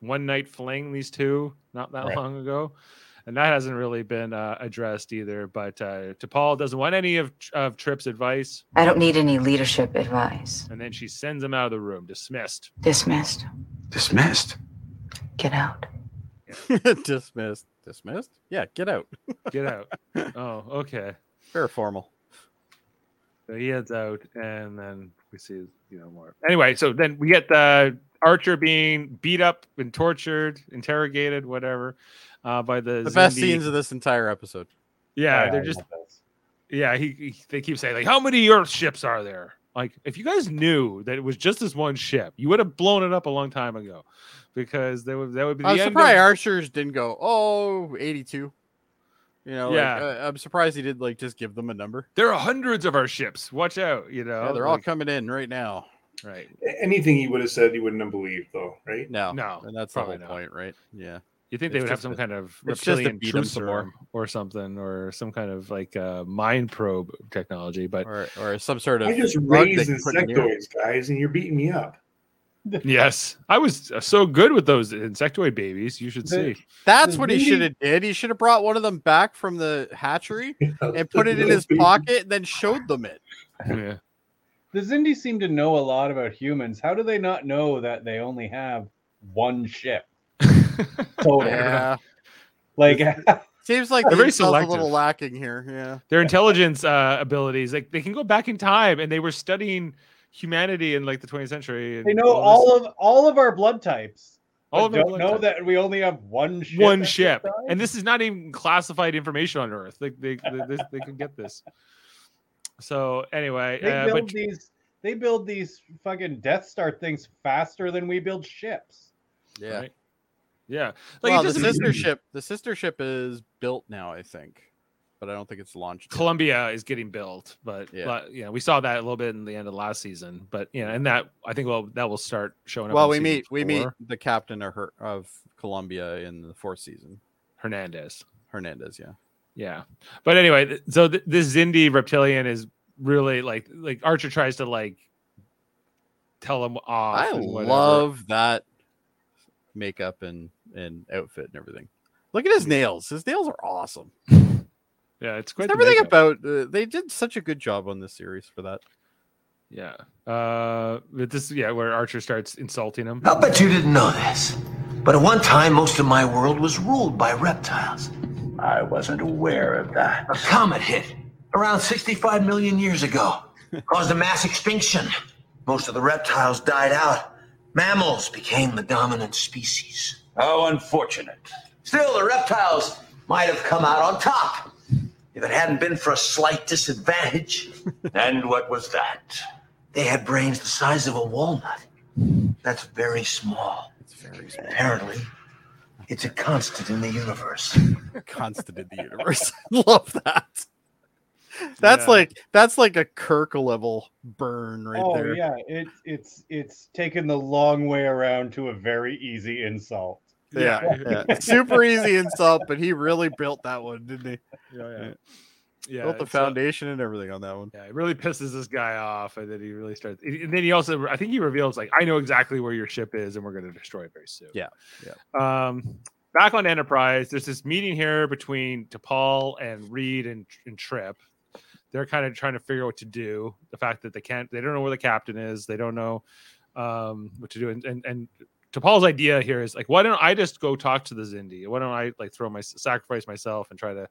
Speaker 4: one night fling. These two not that
Speaker 1: Right.
Speaker 4: long ago and that hasn't really been uh, addressed either. But uh, T'Pol doesn't want any of, of Trip's advice,
Speaker 7: I don't need any leadership advice.
Speaker 4: and then she sends him out of the room, dismissed.
Speaker 7: Dismissed.
Speaker 6: Dismissed.
Speaker 7: Get out.
Speaker 1: [laughs] Dismissed. Dismissed. Yeah, get out. [laughs]
Speaker 4: Get out. oh, okay.
Speaker 1: Very formal.
Speaker 4: So he heads out, and then we see you know more. Anyway, so then we get the Archer being beat up and tortured, interrogated, whatever, uh, by the
Speaker 1: The best
Speaker 4: Zindi-
Speaker 1: scenes of this entire episode.
Speaker 4: Yeah,
Speaker 2: I-
Speaker 4: they're
Speaker 2: I
Speaker 4: just
Speaker 2: love this.
Speaker 4: Yeah, he, he they keep saying like, how many Earth ships are there? Like, if you guys knew that it was just this one ship, you would have blown it up a long time ago, because there would that would be the
Speaker 1: I'm
Speaker 4: end.
Speaker 1: surprised
Speaker 4: Of,
Speaker 1: Archers didn't go, oh, 82. You know,
Speaker 4: Yeah.
Speaker 1: yeah. I'm surprised he did like just give them a number.
Speaker 4: there are hundreds of our ships. Watch out, you know.
Speaker 1: yeah, they're all
Speaker 4: Oh, like-
Speaker 1: coming in right now.
Speaker 4: Right.
Speaker 3: Anything he would have said, he wouldn't have believed, though, right?
Speaker 1: No,
Speaker 4: No,
Speaker 1: and that's the
Speaker 4: probably
Speaker 1: whole point,
Speaker 4: not.
Speaker 1: right? Yeah,
Speaker 4: You think they
Speaker 1: It's
Speaker 4: would have
Speaker 1: just
Speaker 4: some
Speaker 1: a-
Speaker 4: kind of
Speaker 1: it's just a
Speaker 4: reptilian
Speaker 1: beat 'em some
Speaker 4: truther or something, or some kind of like uh, mind probe technology? But
Speaker 1: or or some sort of
Speaker 3: I just
Speaker 1: drug
Speaker 3: raised
Speaker 1: that you put in your-
Speaker 3: insectoids, guys, and you're beating me up. [laughs]
Speaker 4: yes, I was uh, so good with those insectoid babies. You should
Speaker 2: The-
Speaker 4: see.
Speaker 1: That's
Speaker 2: The
Speaker 1: what he
Speaker 2: really-
Speaker 1: should have did. He should have brought one of them back from the hatchery and put it in
Speaker 3: [laughs]
Speaker 1: his
Speaker 3: Beating-
Speaker 1: pocket, and then showed them it.
Speaker 4: Yeah.
Speaker 2: The Zindi seem to know a lot about humans. How do they not know that they only have
Speaker 4: [laughs]
Speaker 2: one ship? Total.
Speaker 1: Yeah,
Speaker 2: Like,
Speaker 1: seems like they a
Speaker 4: They're very
Speaker 1: little
Speaker 4: selective.
Speaker 1: lacking here. Yeah,
Speaker 4: Their intelligence uh, abilities, like they can go back in time, and they were studying humanity in like the 20th century. And
Speaker 2: [laughs] they know
Speaker 4: this-
Speaker 2: all of all of our blood types.
Speaker 4: all
Speaker 2: All
Speaker 4: of their
Speaker 2: don't
Speaker 4: blood
Speaker 2: know
Speaker 4: types.
Speaker 2: that we only have one ship.
Speaker 4: one
Speaker 2: at
Speaker 4: ship,
Speaker 2: this time?
Speaker 4: and this is not even classified information on Earth. Like they, they, they, they can get this. So anyway,
Speaker 2: they
Speaker 4: uh,
Speaker 2: build
Speaker 4: but
Speaker 2: these. They build these fucking Death Star things faster than we build ships.
Speaker 1: yeah.
Speaker 4: Right. yeah,
Speaker 1: Well,
Speaker 4: like it
Speaker 1: the
Speaker 4: doesn't.
Speaker 1: sister ship, the sister ship is built now, I think, but I don't think it's launched. yet.
Speaker 4: Columbia is getting built, but
Speaker 1: Yeah.
Speaker 4: yeah, you know, we saw that a little bit in the end of last season. But you know, and that I think well that will start showing up.
Speaker 1: Well,
Speaker 4: in
Speaker 1: we
Speaker 4: season
Speaker 1: meet we meet
Speaker 4: four.
Speaker 1: the captain of her of Columbia in the fourth season,
Speaker 4: Hernandez.
Speaker 1: Hernandez. Yeah,
Speaker 4: Yeah, but anyway, th- so th- this Zindi reptilian is really like like Archer tries to like tell him off.
Speaker 1: I
Speaker 4: and whatever.
Speaker 1: love that makeup and and outfit and everything. Look at his nails. His nails are awesome.
Speaker 4: Yeah, it's quite
Speaker 1: It's
Speaker 4: the
Speaker 1: everything
Speaker 4: makeup.
Speaker 1: about uh, they did such a good job on this series for that.
Speaker 4: Yeah. Uh but this yeah, where Archer starts insulting him.
Speaker 6: I'll bet you didn't know this, but at one time, most of my world was ruled by reptiles.
Speaker 8: I wasn't aware of that.
Speaker 6: A comet hit around 65 million years ago, caused a mass extinction. Most of the reptiles died out. Mammals became the dominant species.
Speaker 8: How unfortunate.
Speaker 6: Still, the reptiles might have come out on top if it hadn't been for a slight disadvantage.
Speaker 8: [laughs] And what was that?
Speaker 6: They had brains the size of a walnut. That's very small.
Speaker 1: It's very
Speaker 6: Apparently, it's a constant in the universe.
Speaker 1: constant in the universe. [laughs] I love that. [laughs] That's
Speaker 4: Yeah.
Speaker 1: like that's like a Kirk level burn right
Speaker 2: oh
Speaker 1: there.
Speaker 2: yeah, it, it's it's taken the long way around to a very easy insult.
Speaker 1: Yeah,
Speaker 4: [laughs]
Speaker 1: yeah. super easy insult, but he really built that one, didn't he?
Speaker 4: Yeah, yeah. Yeah,
Speaker 1: built the
Speaker 4: it's, uh,
Speaker 1: foundation and everything on that one.
Speaker 4: yeah, it really pisses this guy off, and then he really starts. And then he also, I think he reveals, like, I know exactly where your ship is, and we're going to destroy it very soon.
Speaker 1: Yeah,
Speaker 4: yeah. Um, back on Enterprise, there's this meeting here between DePaul and Reed and, and Trip. They're kind of trying to figure out what to do. The fact that they can't, they don't know where the captain is. They don't know um, what to do. And and, and DePaul's idea here is like, why don't I just go talk to the Zindi? Why don't I like throw my sacrifice myself and try to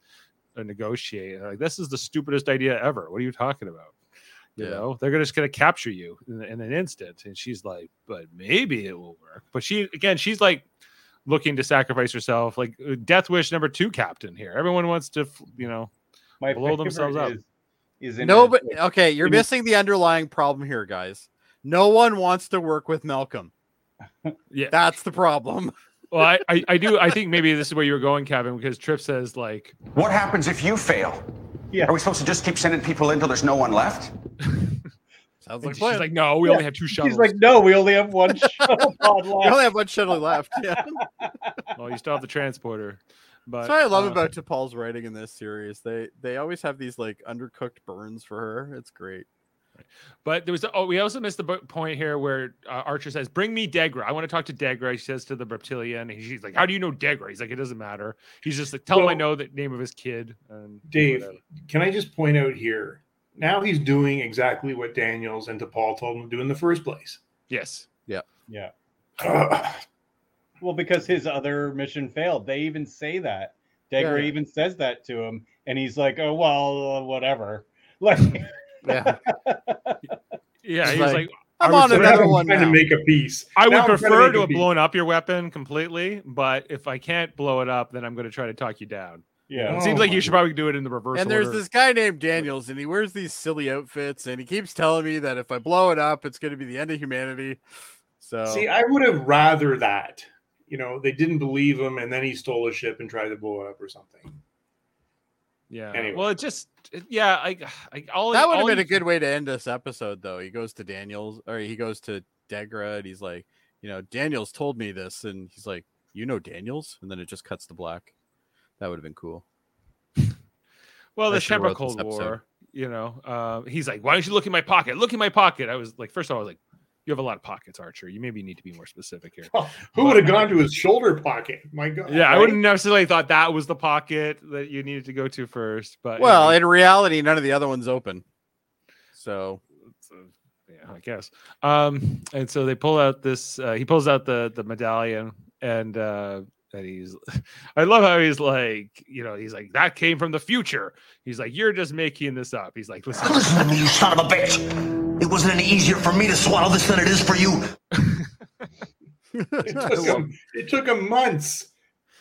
Speaker 4: uh, negotiate? And they're like, this is the stupidest idea ever. What are you talking about? You
Speaker 1: Yeah.
Speaker 4: know, they're just going to capture you in, in an instant. And she's like, but maybe it will work. But she again, she's like looking to sacrifice herself, like uh, Death Wish number two captain here. Everyone wants to, f- you know,
Speaker 2: My
Speaker 4: Blow
Speaker 2: favorite
Speaker 4: themselves up.
Speaker 2: Is, is in
Speaker 1: No,
Speaker 2: his-
Speaker 1: but okay, you're
Speaker 2: in his-
Speaker 1: missing the underlying problem here, guys. No one wants to work with Malcolm.
Speaker 4: [laughs] yeah.
Speaker 1: That's the problem. [laughs]
Speaker 4: Well, I, I, I do. I think maybe this is where you were going, Kevin, because Trip says like,
Speaker 9: What happens if you fail?
Speaker 2: Yeah.
Speaker 9: Are we supposed to just keep sending people in until there's no one left?
Speaker 1: Sounds
Speaker 4: like
Speaker 1: like
Speaker 4: she's
Speaker 1: fun.
Speaker 4: like, no, we
Speaker 2: Yeah.
Speaker 4: only have two shuttles.
Speaker 2: he's like, no, we only
Speaker 1: [laughs]
Speaker 2: have one
Speaker 4: [laughs]
Speaker 2: shuttle pod
Speaker 1: we
Speaker 2: left.
Speaker 1: only have one shuttle left. Yeah.
Speaker 4: well, you still have the transporter. But
Speaker 1: That's what I love
Speaker 4: uh,
Speaker 1: about T'Pol's writing in this series. They they always have these like undercooked burns for her. It's great.
Speaker 4: But there was oh, we also missed the bo- point here where uh, Archer says, "Bring me Degra. I want to talk to Degra." She says to the reptilian, and she's like, "How do you know Degra?" He's like, "It doesn't matter." He's just like, "Tell him I
Speaker 3: Well-
Speaker 4: know the name of his kid." And
Speaker 3: Dave.
Speaker 4: whatever.
Speaker 3: Can I just point out here? Now he's doing exactly what Daniels and DePaul told him to do in the first place.
Speaker 4: Yes.
Speaker 2: Yeah.
Speaker 3: Ugh.
Speaker 2: Well, because his other mission failed. They even say that. Dagger
Speaker 1: Yeah.
Speaker 2: even says that to him, and he's like, "Oh well, whatever." [laughs] Like,
Speaker 1: [laughs] Yeah.
Speaker 4: Yeah.
Speaker 1: He's
Speaker 4: He
Speaker 1: like,
Speaker 4: was like,
Speaker 1: I'm
Speaker 4: would
Speaker 1: on
Speaker 4: say-
Speaker 3: So now
Speaker 1: another
Speaker 3: I'm
Speaker 1: one.
Speaker 3: trying
Speaker 1: now.
Speaker 3: to make a piece. Now
Speaker 4: "I would
Speaker 3: I'm trying to
Speaker 4: prefer
Speaker 3: make
Speaker 4: to
Speaker 3: a
Speaker 4: have
Speaker 3: piece.
Speaker 4: blown up your weapon completely, but if I can't blow it up, then I'm going to try to talk you down."
Speaker 2: yeah.
Speaker 4: It
Speaker 3: Oh
Speaker 4: seems like
Speaker 3: my
Speaker 4: you should probably do it in the reverse.
Speaker 1: and there's
Speaker 4: order.
Speaker 1: this guy named Daniels, and he wears these silly outfits, and he keeps telling me that if I blow it up, it's going to be the end of humanity. So
Speaker 4: Oh.
Speaker 3: See, I would have rather that. You know, they didn't believe him, and then he stole a ship and tried to blow it up or something.
Speaker 4: Yeah.
Speaker 3: Anyway.
Speaker 4: Well, it just it- yeah. I, I all
Speaker 1: That would have
Speaker 4: all
Speaker 1: been
Speaker 4: you
Speaker 1: a good way to end this episode, though. He goes to Daniels or he goes to Degra and he's like, you know, Daniels told me this, and he's like, you know, Daniels, and then it just cuts to black. That would have been cool.
Speaker 4: Well,
Speaker 1: I
Speaker 4: the
Speaker 1: should've wrote
Speaker 4: September Cold
Speaker 1: this episode.
Speaker 4: War, you know, uh, he's like, why don't you look in my pocket? Look in my pocket. I was like, first of all, I was like, you have a lot of pockets, Archer. You maybe need to be more specific here.
Speaker 3: Oh, who would have gone to his shoulder pocket? My God.
Speaker 4: Yeah, I
Speaker 3: right?
Speaker 4: wouldn't necessarily thought that was the pocket that you needed to go to first, but you
Speaker 1: Well,
Speaker 4: know,
Speaker 1: in reality, none of the other ones open. So
Speaker 4: it's, uh, yeah, I guess. Um, and so they pull out this. Uh, he pulls out the the medallion, and uh, and he's. [laughs] I love how he's like, you know, he's like that came from the future. He's like, you're just making this up. He's like, listen,
Speaker 1: [laughs]
Speaker 6: Listen to me, you son of a bitch. It wasn't any easier for me to swallow this than it is for you.
Speaker 1: [laughs]
Speaker 4: [laughs]
Speaker 3: It took, him, it took him months.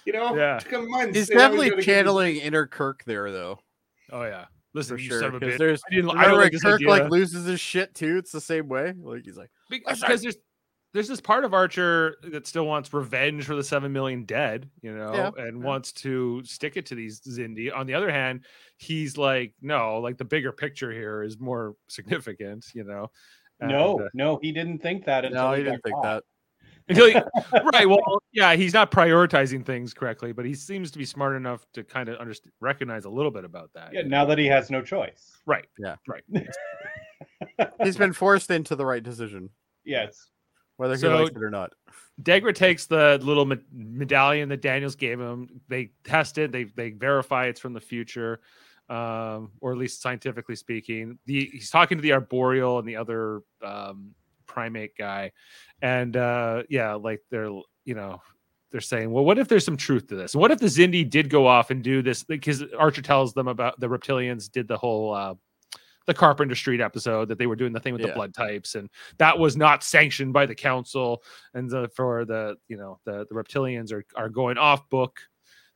Speaker 3: You know,
Speaker 4: Yeah.
Speaker 3: it took him months.
Speaker 1: he's
Speaker 3: and now gotta
Speaker 1: definitely
Speaker 3: get his-
Speaker 1: channeling inner Kirk there, though.
Speaker 4: oh yeah, listen,
Speaker 1: For
Speaker 4: you
Speaker 1: sure.
Speaker 4: son of a
Speaker 1: 'cause
Speaker 4: bitch.
Speaker 1: There's
Speaker 4: I didn't. I
Speaker 1: Remember
Speaker 4: don't
Speaker 1: when
Speaker 4: like this
Speaker 1: Kirk
Speaker 4: idea.
Speaker 1: like loses his shit too. It's the same way. Like he's like,
Speaker 4: Be-
Speaker 1: That's
Speaker 4: because there's there's this part of Archer that still wants revenge for the seven million dead, you know, and wants to stick it to these Zindi. On the other hand, he's like, no, like the bigger picture here is more significant, you know. and,
Speaker 2: No,
Speaker 4: uh, [laughs]
Speaker 2: no, he didn't think that. Until
Speaker 1: no, he
Speaker 2: got
Speaker 1: didn't think
Speaker 2: caught.
Speaker 1: that.
Speaker 4: until he, right. Well, yeah, he's not prioritizing things correctly, but he seems to be smart enough to kind of understand, recognize a little bit about that.
Speaker 2: Yeah, now that he has no choice.
Speaker 4: Right.
Speaker 1: Yeah.
Speaker 4: Right.
Speaker 2: [laughs]
Speaker 1: He's been forced into the right decision,
Speaker 2: Yes. [laughs]
Speaker 1: whether he
Speaker 4: So-
Speaker 1: likes it or not.
Speaker 4: Degra takes the little med- medallion that Daniels gave him. They test it. They they verify it's from the future, um, or at least scientifically speaking. The he's talking to the arboreal and the other um, primate guy, and uh, yeah, like they're you know they're saying, well, what if there's some truth to this? What if the Zindi did go off and do this? Because Archer tells them about the reptilians did the whole. Uh, the Carpenter Street episode that they were doing the thing with
Speaker 1: Yeah.
Speaker 4: the blood types, and that was not sanctioned by the council and the, for the you know the, the reptilians are, are going off book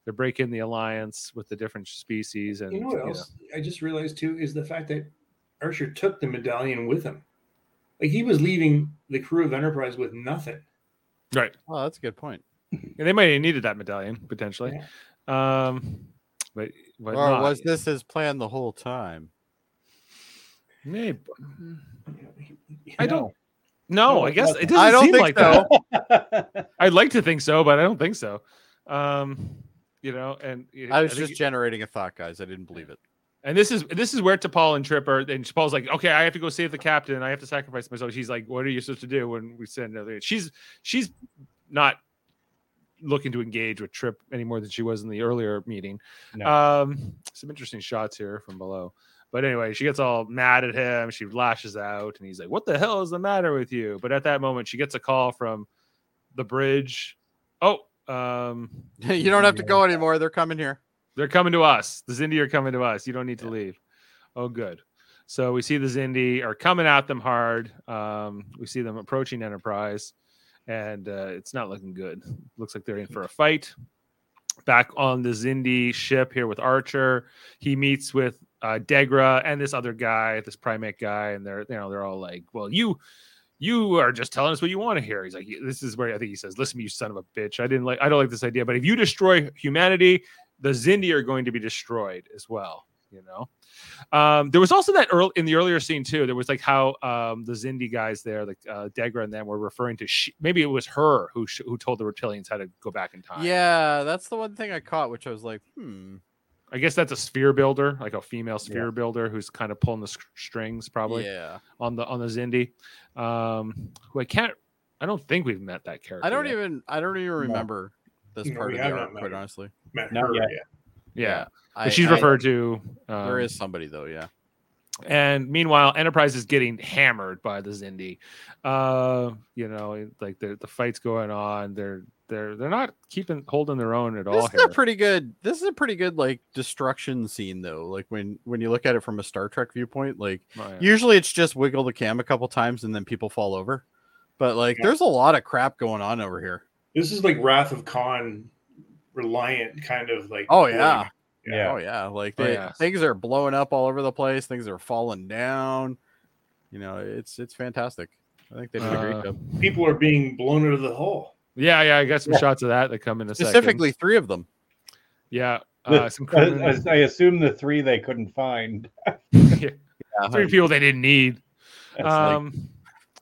Speaker 4: they're breaking the alliance with the different species and
Speaker 3: You know what else I just realized too is the fact that Archer took the medallion with him. Like he was leaving the crew of Enterprise with nothing.
Speaker 4: right
Speaker 1: Oh, that's a good point.
Speaker 4: they might have needed that medallion potentially um but, but
Speaker 1: or
Speaker 4: not.
Speaker 1: was this his plan the whole time?
Speaker 4: Maybe.
Speaker 3: You
Speaker 4: i
Speaker 3: know,
Speaker 4: don't no,
Speaker 2: No,
Speaker 4: i
Speaker 2: it
Speaker 4: guess it
Speaker 2: wasn't.
Speaker 4: doesn't
Speaker 1: I don't
Speaker 4: seem
Speaker 1: think
Speaker 4: like that
Speaker 1: so.
Speaker 4: i'd like to think so but i don't think so um you know and
Speaker 1: I was
Speaker 4: think-
Speaker 1: just generating a thought, guys. I didn't believe it.
Speaker 4: And this is this is where T'Pol and Trip are. And T'Pol's like, "Okay, I have to go save the captain. I have to sacrifice myself." She's like, "What are you supposed to do when we send another?" She's she's not looking to engage with Trip any more than she was in the earlier meeting.
Speaker 2: No.
Speaker 4: Um, some interesting shots here from below. But anyway, she gets all mad at him. She lashes out, and he's like, "What the hell is the matter with you?" But at that moment, she gets a call from the bridge. Oh, um,
Speaker 1: [laughs] you don't have to
Speaker 4: yeah.
Speaker 1: go anymore. They're coming here.
Speaker 4: They're coming to us. The Zindi are coming to us. You don't need to leave. Oh, good. So we see the Zindi are coming at them hard. Um, we see them approaching Enterprise, and uh, it's not looking good. Looks like they're in for a fight. Back on the Zindi ship here with Archer, he meets with uh, Degra and this other guy, this primate guy, and they're you know they're all like, "Well, you." You are just telling us what you want to hear. He's like, "This is where I think he says, listen, you son of a bitch. I didn't like, I don't like this idea. But if you destroy humanity, the Zindi are going to be destroyed as well. You know, um, there was also that earl in the earlier scene too. There was like how um, the Zindi guys there, like uh, Degra and them, were referring to. She, maybe it was her who sh- who told the reptilians how to go back in time.
Speaker 1: Yeah, that's the one thing I caught, which I was like, hmm.
Speaker 4: I guess that's a sphere builder, like a female sphere builder who's kind of pulling the s- strings, probably
Speaker 1: Yeah.
Speaker 4: on the on the Zindi. Um, who I can't. I don't think we've met that character.
Speaker 1: I don't
Speaker 4: yet.
Speaker 1: even I don't even remember this
Speaker 3: No,
Speaker 1: part of
Speaker 3: we
Speaker 1: the
Speaker 3: have not
Speaker 1: arc,
Speaker 3: met
Speaker 1: quite
Speaker 3: her.
Speaker 1: honestly.
Speaker 3: Matt
Speaker 2: Not
Speaker 3: Hurd,
Speaker 2: yet.
Speaker 3: yeah.
Speaker 4: Yeah,
Speaker 1: I-
Speaker 4: But she's
Speaker 1: I-
Speaker 4: referred to. Um,
Speaker 1: there is somebody though, yeah.
Speaker 4: And meanwhile, Enterprise is getting hammered by the Zindi. Uh, you know, it- like the the fight's going on. They're they're they're not keeping holding their own at all
Speaker 1: This is
Speaker 4: here.
Speaker 1: a pretty good. This is a pretty good like destruction scene though. Like when when you look at it from a Star Trek viewpoint, like
Speaker 4: Oh, yeah.
Speaker 1: Usually it's just wiggle the cam a couple times and then people fall over. But like
Speaker 3: Yeah.
Speaker 1: there's a lot of crap going on over here.
Speaker 3: This is like Wrath of Khan reliant kind of like
Speaker 1: Oh, yeah.
Speaker 2: yeah.
Speaker 1: Oh yeah. Like
Speaker 4: Oh,
Speaker 1: they,
Speaker 4: yeah.
Speaker 1: things are blowing up all over the place, things are falling down. You know, it's it's fantastic. I think they did a
Speaker 4: Uh,
Speaker 1: great job.
Speaker 3: People are being blown out of the hole.
Speaker 4: yeah, yeah. I got some shots of that that come in a
Speaker 1: Specifically
Speaker 4: second.
Speaker 1: three of them.
Speaker 4: Yeah. Uh, some
Speaker 2: I,
Speaker 4: criminal,
Speaker 2: I- I assume the three they couldn't find.
Speaker 4: three people they didn't need.
Speaker 1: That's like-
Speaker 4: um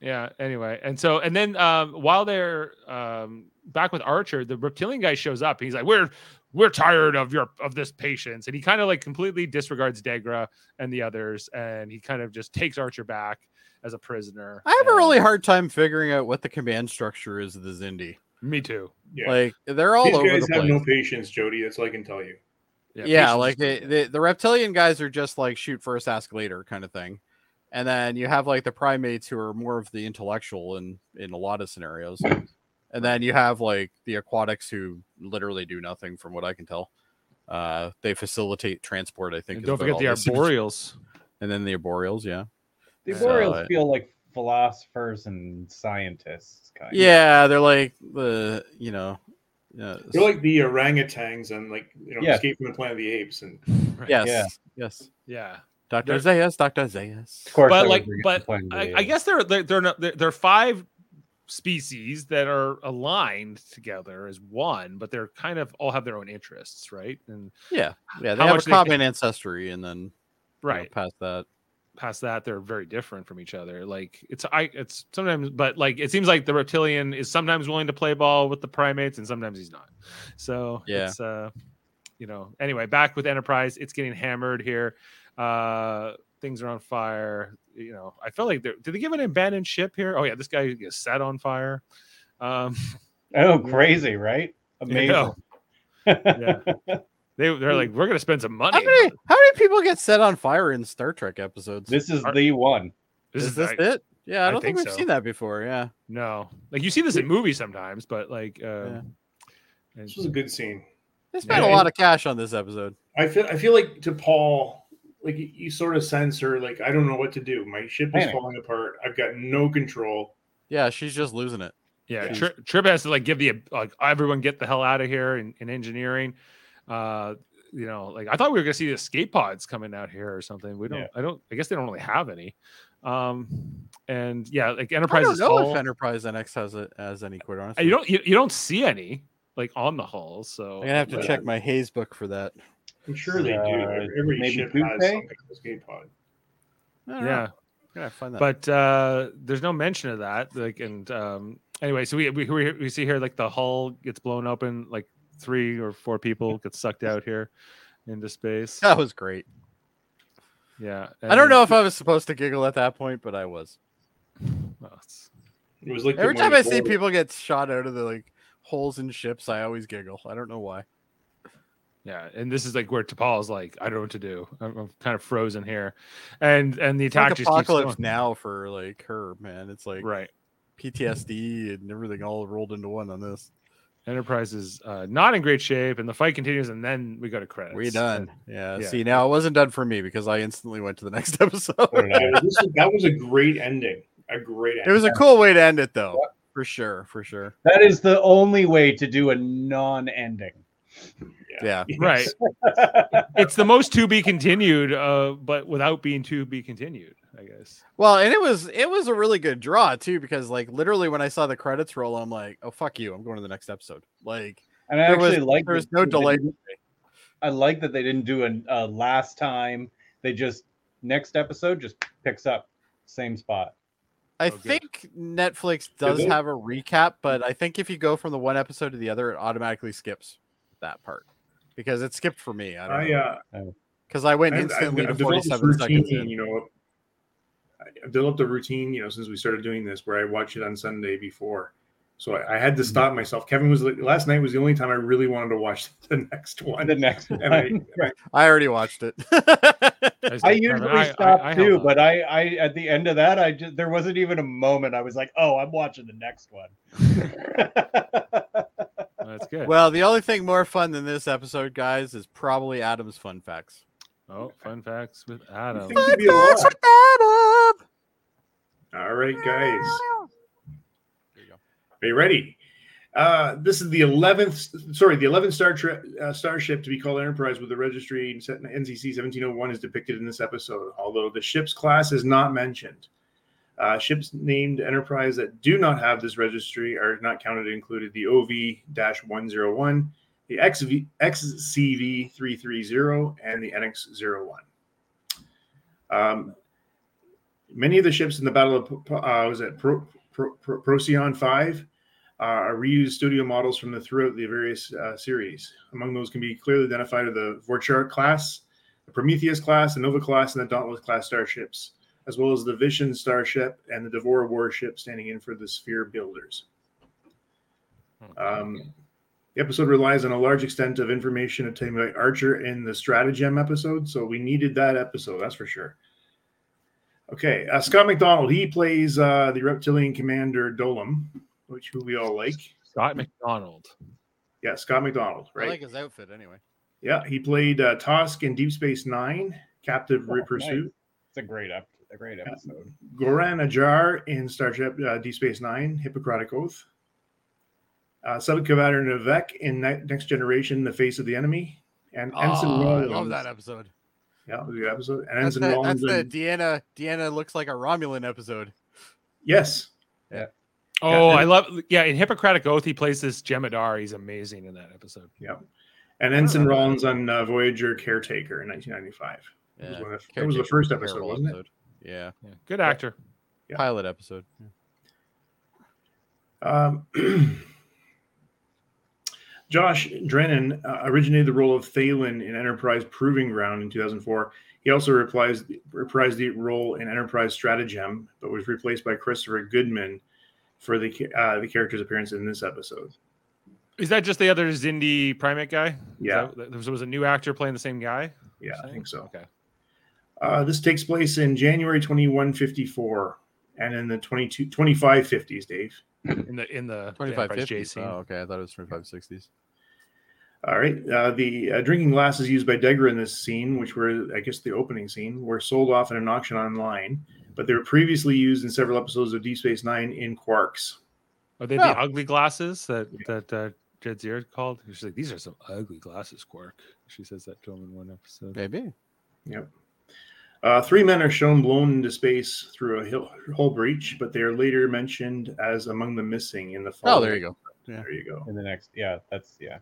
Speaker 4: yeah anyway and so and then um while they're um back with archer the reptilian guy shows up he's like we're we're tired of your of this patience and he kind of like completely disregards degra and the others and he kind of just takes archer back as a prisoner
Speaker 1: I have a really
Speaker 4: and-
Speaker 1: hard time figuring out what the command structure is of the Zindi.
Speaker 4: me too
Speaker 3: Yeah.
Speaker 1: Like they're all
Speaker 3: These
Speaker 1: over
Speaker 3: guys
Speaker 1: the
Speaker 3: have
Speaker 1: place.
Speaker 3: no patience, Jody. That's all I can tell you.
Speaker 1: yeah, like they, they, the reptilian guys are just like shoot first, ask later kind of thing. And then you have like the primates who are more of the intellectual in in a lot of scenarios. And then you have like the aquatics who literally do nothing, from what I can tell. Uh, they facilitate transport, I think.
Speaker 4: and
Speaker 1: is
Speaker 4: don't
Speaker 1: about
Speaker 4: forget
Speaker 1: all
Speaker 4: the
Speaker 1: they seem to-
Speaker 4: arboreals
Speaker 1: [laughs] and then the arboreals, yeah.
Speaker 2: The
Speaker 4: So,
Speaker 2: Boreals
Speaker 1: uh,
Speaker 2: feel like philosophers and scientists, kind of.
Speaker 1: Yeah, they're like the you know, yeah,
Speaker 3: They're like the orangutans and like you know,
Speaker 2: Yeah.
Speaker 3: Escape from the Planet of the Apes. And
Speaker 1: yes,
Speaker 2: yeah.
Speaker 1: yes,
Speaker 4: yeah
Speaker 1: Doctor
Speaker 4: They're-
Speaker 1: Zayas, Doctor Zayas.
Speaker 2: Of course,
Speaker 4: but
Speaker 2: I
Speaker 4: like
Speaker 2: would
Speaker 4: but
Speaker 2: complain to
Speaker 4: I,
Speaker 2: the-
Speaker 4: I guess they're they're they're, not, they're they're five species that are aligned together as one but they're kind of all have their own interests right and
Speaker 1: Yeah, yeah, they
Speaker 4: How
Speaker 1: have a
Speaker 4: much they
Speaker 1: common ancestry, and then you know,
Speaker 4: right
Speaker 1: past that.
Speaker 4: past that they're very different from each other like it's i it's sometimes but like it seems like the reptilian is sometimes willing to play ball with the primates and sometimes he's not so
Speaker 1: Yeah.
Speaker 4: it's uh you know anyway back with enterprise it's getting hammered here uh things are on fire you know i felt like they're did they give an abandoned ship here oh yeah this guy is set on fire um [laughs]
Speaker 2: oh, crazy, right?
Speaker 4: you
Speaker 2: [laughs] Amazing.
Speaker 4: know, Yeah. they, they're like we're gonna spend some money
Speaker 1: How
Speaker 4: on
Speaker 1: many,
Speaker 4: it."
Speaker 1: how many people get set on fire in Star Trek episodes?
Speaker 2: This is
Speaker 4: Are-
Speaker 2: the one.
Speaker 4: this
Speaker 1: is this
Speaker 4: I-
Speaker 1: it? Yeah, I
Speaker 4: I
Speaker 1: don't think,
Speaker 4: think
Speaker 1: we've
Speaker 4: so.
Speaker 1: seen that before. Yeah,
Speaker 4: no like you see this in movies sometimes but like um, and-
Speaker 3: this was a good scene.
Speaker 1: they spent a
Speaker 4: Yeah.
Speaker 1: lot of cash on this episode.
Speaker 3: I feel I feel like to Paul, like you- you sort of sense her, like I don't know what to do. My ship is
Speaker 2: Panic.
Speaker 3: falling apart. I've got no control.
Speaker 1: Yeah, she's just losing it.
Speaker 4: Yeah,
Speaker 3: Yeah.
Speaker 4: Tri- Trip has to like give the like everyone get the hell out of here in, in engineering. Uh, you know, like I thought we were gonna see escape pods coming out here or something. We don't.
Speaker 2: Yeah.
Speaker 4: I don't. I guess they don't really have any. Um, and yeah, like
Speaker 1: I
Speaker 4: Enterprise
Speaker 1: don't
Speaker 4: is
Speaker 1: know
Speaker 4: hull.
Speaker 1: if Enterprise NX has it as any quid on.
Speaker 4: Uh, you don't. You, you don't see any like on the hull.
Speaker 1: I'm
Speaker 4: So
Speaker 1: gonna have to check my Hayes book for that.
Speaker 3: I'm sure they
Speaker 2: Uh,
Speaker 3: do. Every
Speaker 2: maybe
Speaker 3: ship
Speaker 2: Coupe?
Speaker 3: has some kind of escape pod.
Speaker 1: I don't know.
Speaker 4: Yeah,
Speaker 1: I'm gonna find that.
Speaker 4: but uh, there's no mention of that. Like, and um, anyway, so we, we we we see here like the hull gets blown open. Like three or four
Speaker 1: [laughs]
Speaker 4: people get sucked out here into space.
Speaker 1: that was great.
Speaker 4: Yeah,
Speaker 1: I don't
Speaker 4: and-
Speaker 1: know if I was supposed to giggle at that point, but I was.
Speaker 4: Well, it's-
Speaker 3: It was like the
Speaker 1: Every time I
Speaker 3: Marine
Speaker 1: see
Speaker 3: Corps. [laughs]
Speaker 1: people get shot out of the like holes in ships, I always giggle. I don't know why.
Speaker 4: Yeah, and this is like where T'Pol's like, I don't know what to do. I'm, I'm kind of frozen here, and and the
Speaker 1: It's like
Speaker 4: attack just keeps
Speaker 1: apocalypse
Speaker 4: going.
Speaker 1: now for like her man. It's like
Speaker 4: Right,
Speaker 1: PTSD and everything all rolled into one on this.
Speaker 4: Enterprise is uh, not in great shape, and the fight continues, and then we go to credits.
Speaker 1: we done. Yeah,
Speaker 4: yeah.
Speaker 1: See now it wasn't done for me because I instantly went to the [laughs] next episode.
Speaker 3: Yeah, [laughs] this was- that was a great ending. A great
Speaker 1: it
Speaker 3: ending.
Speaker 1: was a cool way to end it though. For sure, for sure.
Speaker 2: That is the only way to do a non-ending. [laughs]
Speaker 1: Yeah. [laughs]
Speaker 3: Yes.
Speaker 4: Right, it's the most to be continued, uh, but without being to be continued, I guess.
Speaker 1: Well, and it was it was a really good draw too, because like literally when I saw the credits roll, I'm like, oh fuck you, I'm going to the next episode. Like
Speaker 2: And I
Speaker 1: There was-
Speaker 2: actually like
Speaker 1: there was
Speaker 2: that
Speaker 1: no
Speaker 2: they
Speaker 1: delay.
Speaker 2: didn't- I like that they didn't do an uh, last time. They just next episode just picks up same spot.
Speaker 1: I
Speaker 4: Oh, good.
Speaker 1: think Netflix does
Speaker 3: they?
Speaker 1: have a recap, but I think if you go from the one episode to the other, it automatically skips that part because it skipped for me. I don't
Speaker 3: I uh,
Speaker 1: because I went
Speaker 3: I've- I've-
Speaker 1: instantly
Speaker 3: I've
Speaker 1: to
Speaker 3: developed this
Speaker 1: 47 seconds
Speaker 3: routine,
Speaker 1: in.
Speaker 3: You know, I- I've developed a routine, you know, since we started doing this, where I watch it on Sunday before. So I, I had to stop myself. Kevin was like, last night was the only time I really wanted to watch [laughs] the next one.
Speaker 2: The next one.
Speaker 3: And I-
Speaker 2: Right.
Speaker 1: I already watched it. [laughs]
Speaker 4: just
Speaker 2: I
Speaker 4: like, Kevin,
Speaker 2: usually
Speaker 4: I- I-
Speaker 2: stop
Speaker 4: I held
Speaker 2: too,
Speaker 4: on.
Speaker 2: but I, I at the end of that, I just there wasn't even a moment I was like, oh, I'm watching the
Speaker 4: [laughs]
Speaker 2: next one. [laughs]
Speaker 4: that's good.
Speaker 1: well, the only thing more fun than this episode, guys, is probably Adam's fun facts.
Speaker 4: oh, fun facts with Adam.
Speaker 3: Seems to be a lot. All right, guys. Are you ready? Uh, this is the eleventh, sorry, the eleventh star tri- uh, starship to be called Enterprise with the registry set in NCC seventeen oh one is depicted in this episode. Although the ship's class is not mentioned, uh, ships named Enterprise that do not have this registry are not counted. Included the OV one zero one, the XV, XCV330 and the NX01. Um, many of the ships in the Battle of P- uh, was it Pro, Pro, Pro, Procyon 5 uh, are reused studio models from the throughout the various uh, series. Among those can be clearly identified are the Vorchar class, the Prometheus class, the Nova class, and the Dauntless class starships, as well as the Vision starship and the Devora warship standing in for the Sphere Builders. Um, the episode relies on a large extent of information obtained by Archer in the Stratagem episode, so we needed that episode, that's for sure. Okay, uh, Scott McDonald, he plays uh, the reptilian commander Dolom, which who we all like.
Speaker 4: Scott McDonald.
Speaker 3: Yeah, Scott McDonald,
Speaker 1: I
Speaker 3: right?
Speaker 1: like his outfit anyway.
Speaker 3: Yeah, he played uh, Tosk in Deep Space Nine, Captive
Speaker 2: Oh,
Speaker 3: Re Pursuit.
Speaker 2: It's a great up, a great episode.
Speaker 3: Goran Ajar in Starship uh, Deep Space Nine, Hippocratic Oath. Uh, Sub Commander Nevek in Ne- Next Generation, The Face of the Enemy. And Ensign
Speaker 1: Oh, I
Speaker 3: Rollins.
Speaker 1: love that episode.
Speaker 3: Yeah, it was a good episode. And
Speaker 1: That's
Speaker 3: Ensign
Speaker 1: the, that's
Speaker 3: Rollins.
Speaker 1: the
Speaker 3: and-
Speaker 1: Deanna. Deanna looks like a Romulan episode.
Speaker 3: yes.
Speaker 4: Oh,
Speaker 3: Yeah.
Speaker 4: I love. Yeah, in Hippocratic Oath, he plays this Jemadar. He's amazing in that episode.
Speaker 3: And Ensign Rollins on uh, Voyager Caretaker in 1995. That was
Speaker 1: Yeah,
Speaker 3: one of the- that was the
Speaker 1: Caretaker's
Speaker 3: first
Speaker 1: a
Speaker 3: episode,
Speaker 1: terrible
Speaker 3: wasn't it?
Speaker 1: episode. Yeah.
Speaker 4: Yeah. Good actor.
Speaker 3: Yeah.
Speaker 1: pilot episode.
Speaker 3: Um, [clears throat] Josh Drennan uh, originated the role of Thalen in Enterprise Proving Ground in 2004. He also reprised, reprised the role in Enterprise Stratagem, but was replaced by Christopher Goodman for the ca- uh, the character's appearance in this episode.
Speaker 4: Is that just the other Zindi primate guy? Is
Speaker 3: Yeah.
Speaker 4: that- there was- was a new actor playing the same guy.
Speaker 3: Yeah, I think so.
Speaker 4: Okay.
Speaker 3: Uh, this takes place in January 2154 and in the 22, 2550s, Dave.
Speaker 4: In the in the
Speaker 1: Twenty five
Speaker 4: Enterprise J
Speaker 1: fifties.
Speaker 4: scene.
Speaker 1: Oh, okay. I thought it was twenty five sixties.
Speaker 3: All right. Uh, the uh, drinking glasses used by Degra in this scene, which were, I guess, the opening scene, were sold off at an auction online, but they were previously used in several episodes of Deep Space Nine in Quarks.
Speaker 4: Are they
Speaker 1: Oh.
Speaker 4: the ugly glasses that that uh, Jed Zierd called? She's like, these are some ugly glasses, Quark. She says that to him in one episode.
Speaker 1: Maybe.
Speaker 3: Uh, three men are shown blown into space through a hill, hull breach, but they are later mentioned as among the missing in the.
Speaker 1: Oh, there you go.
Speaker 3: go. There you go.
Speaker 2: In the next, yeah, that's yeah.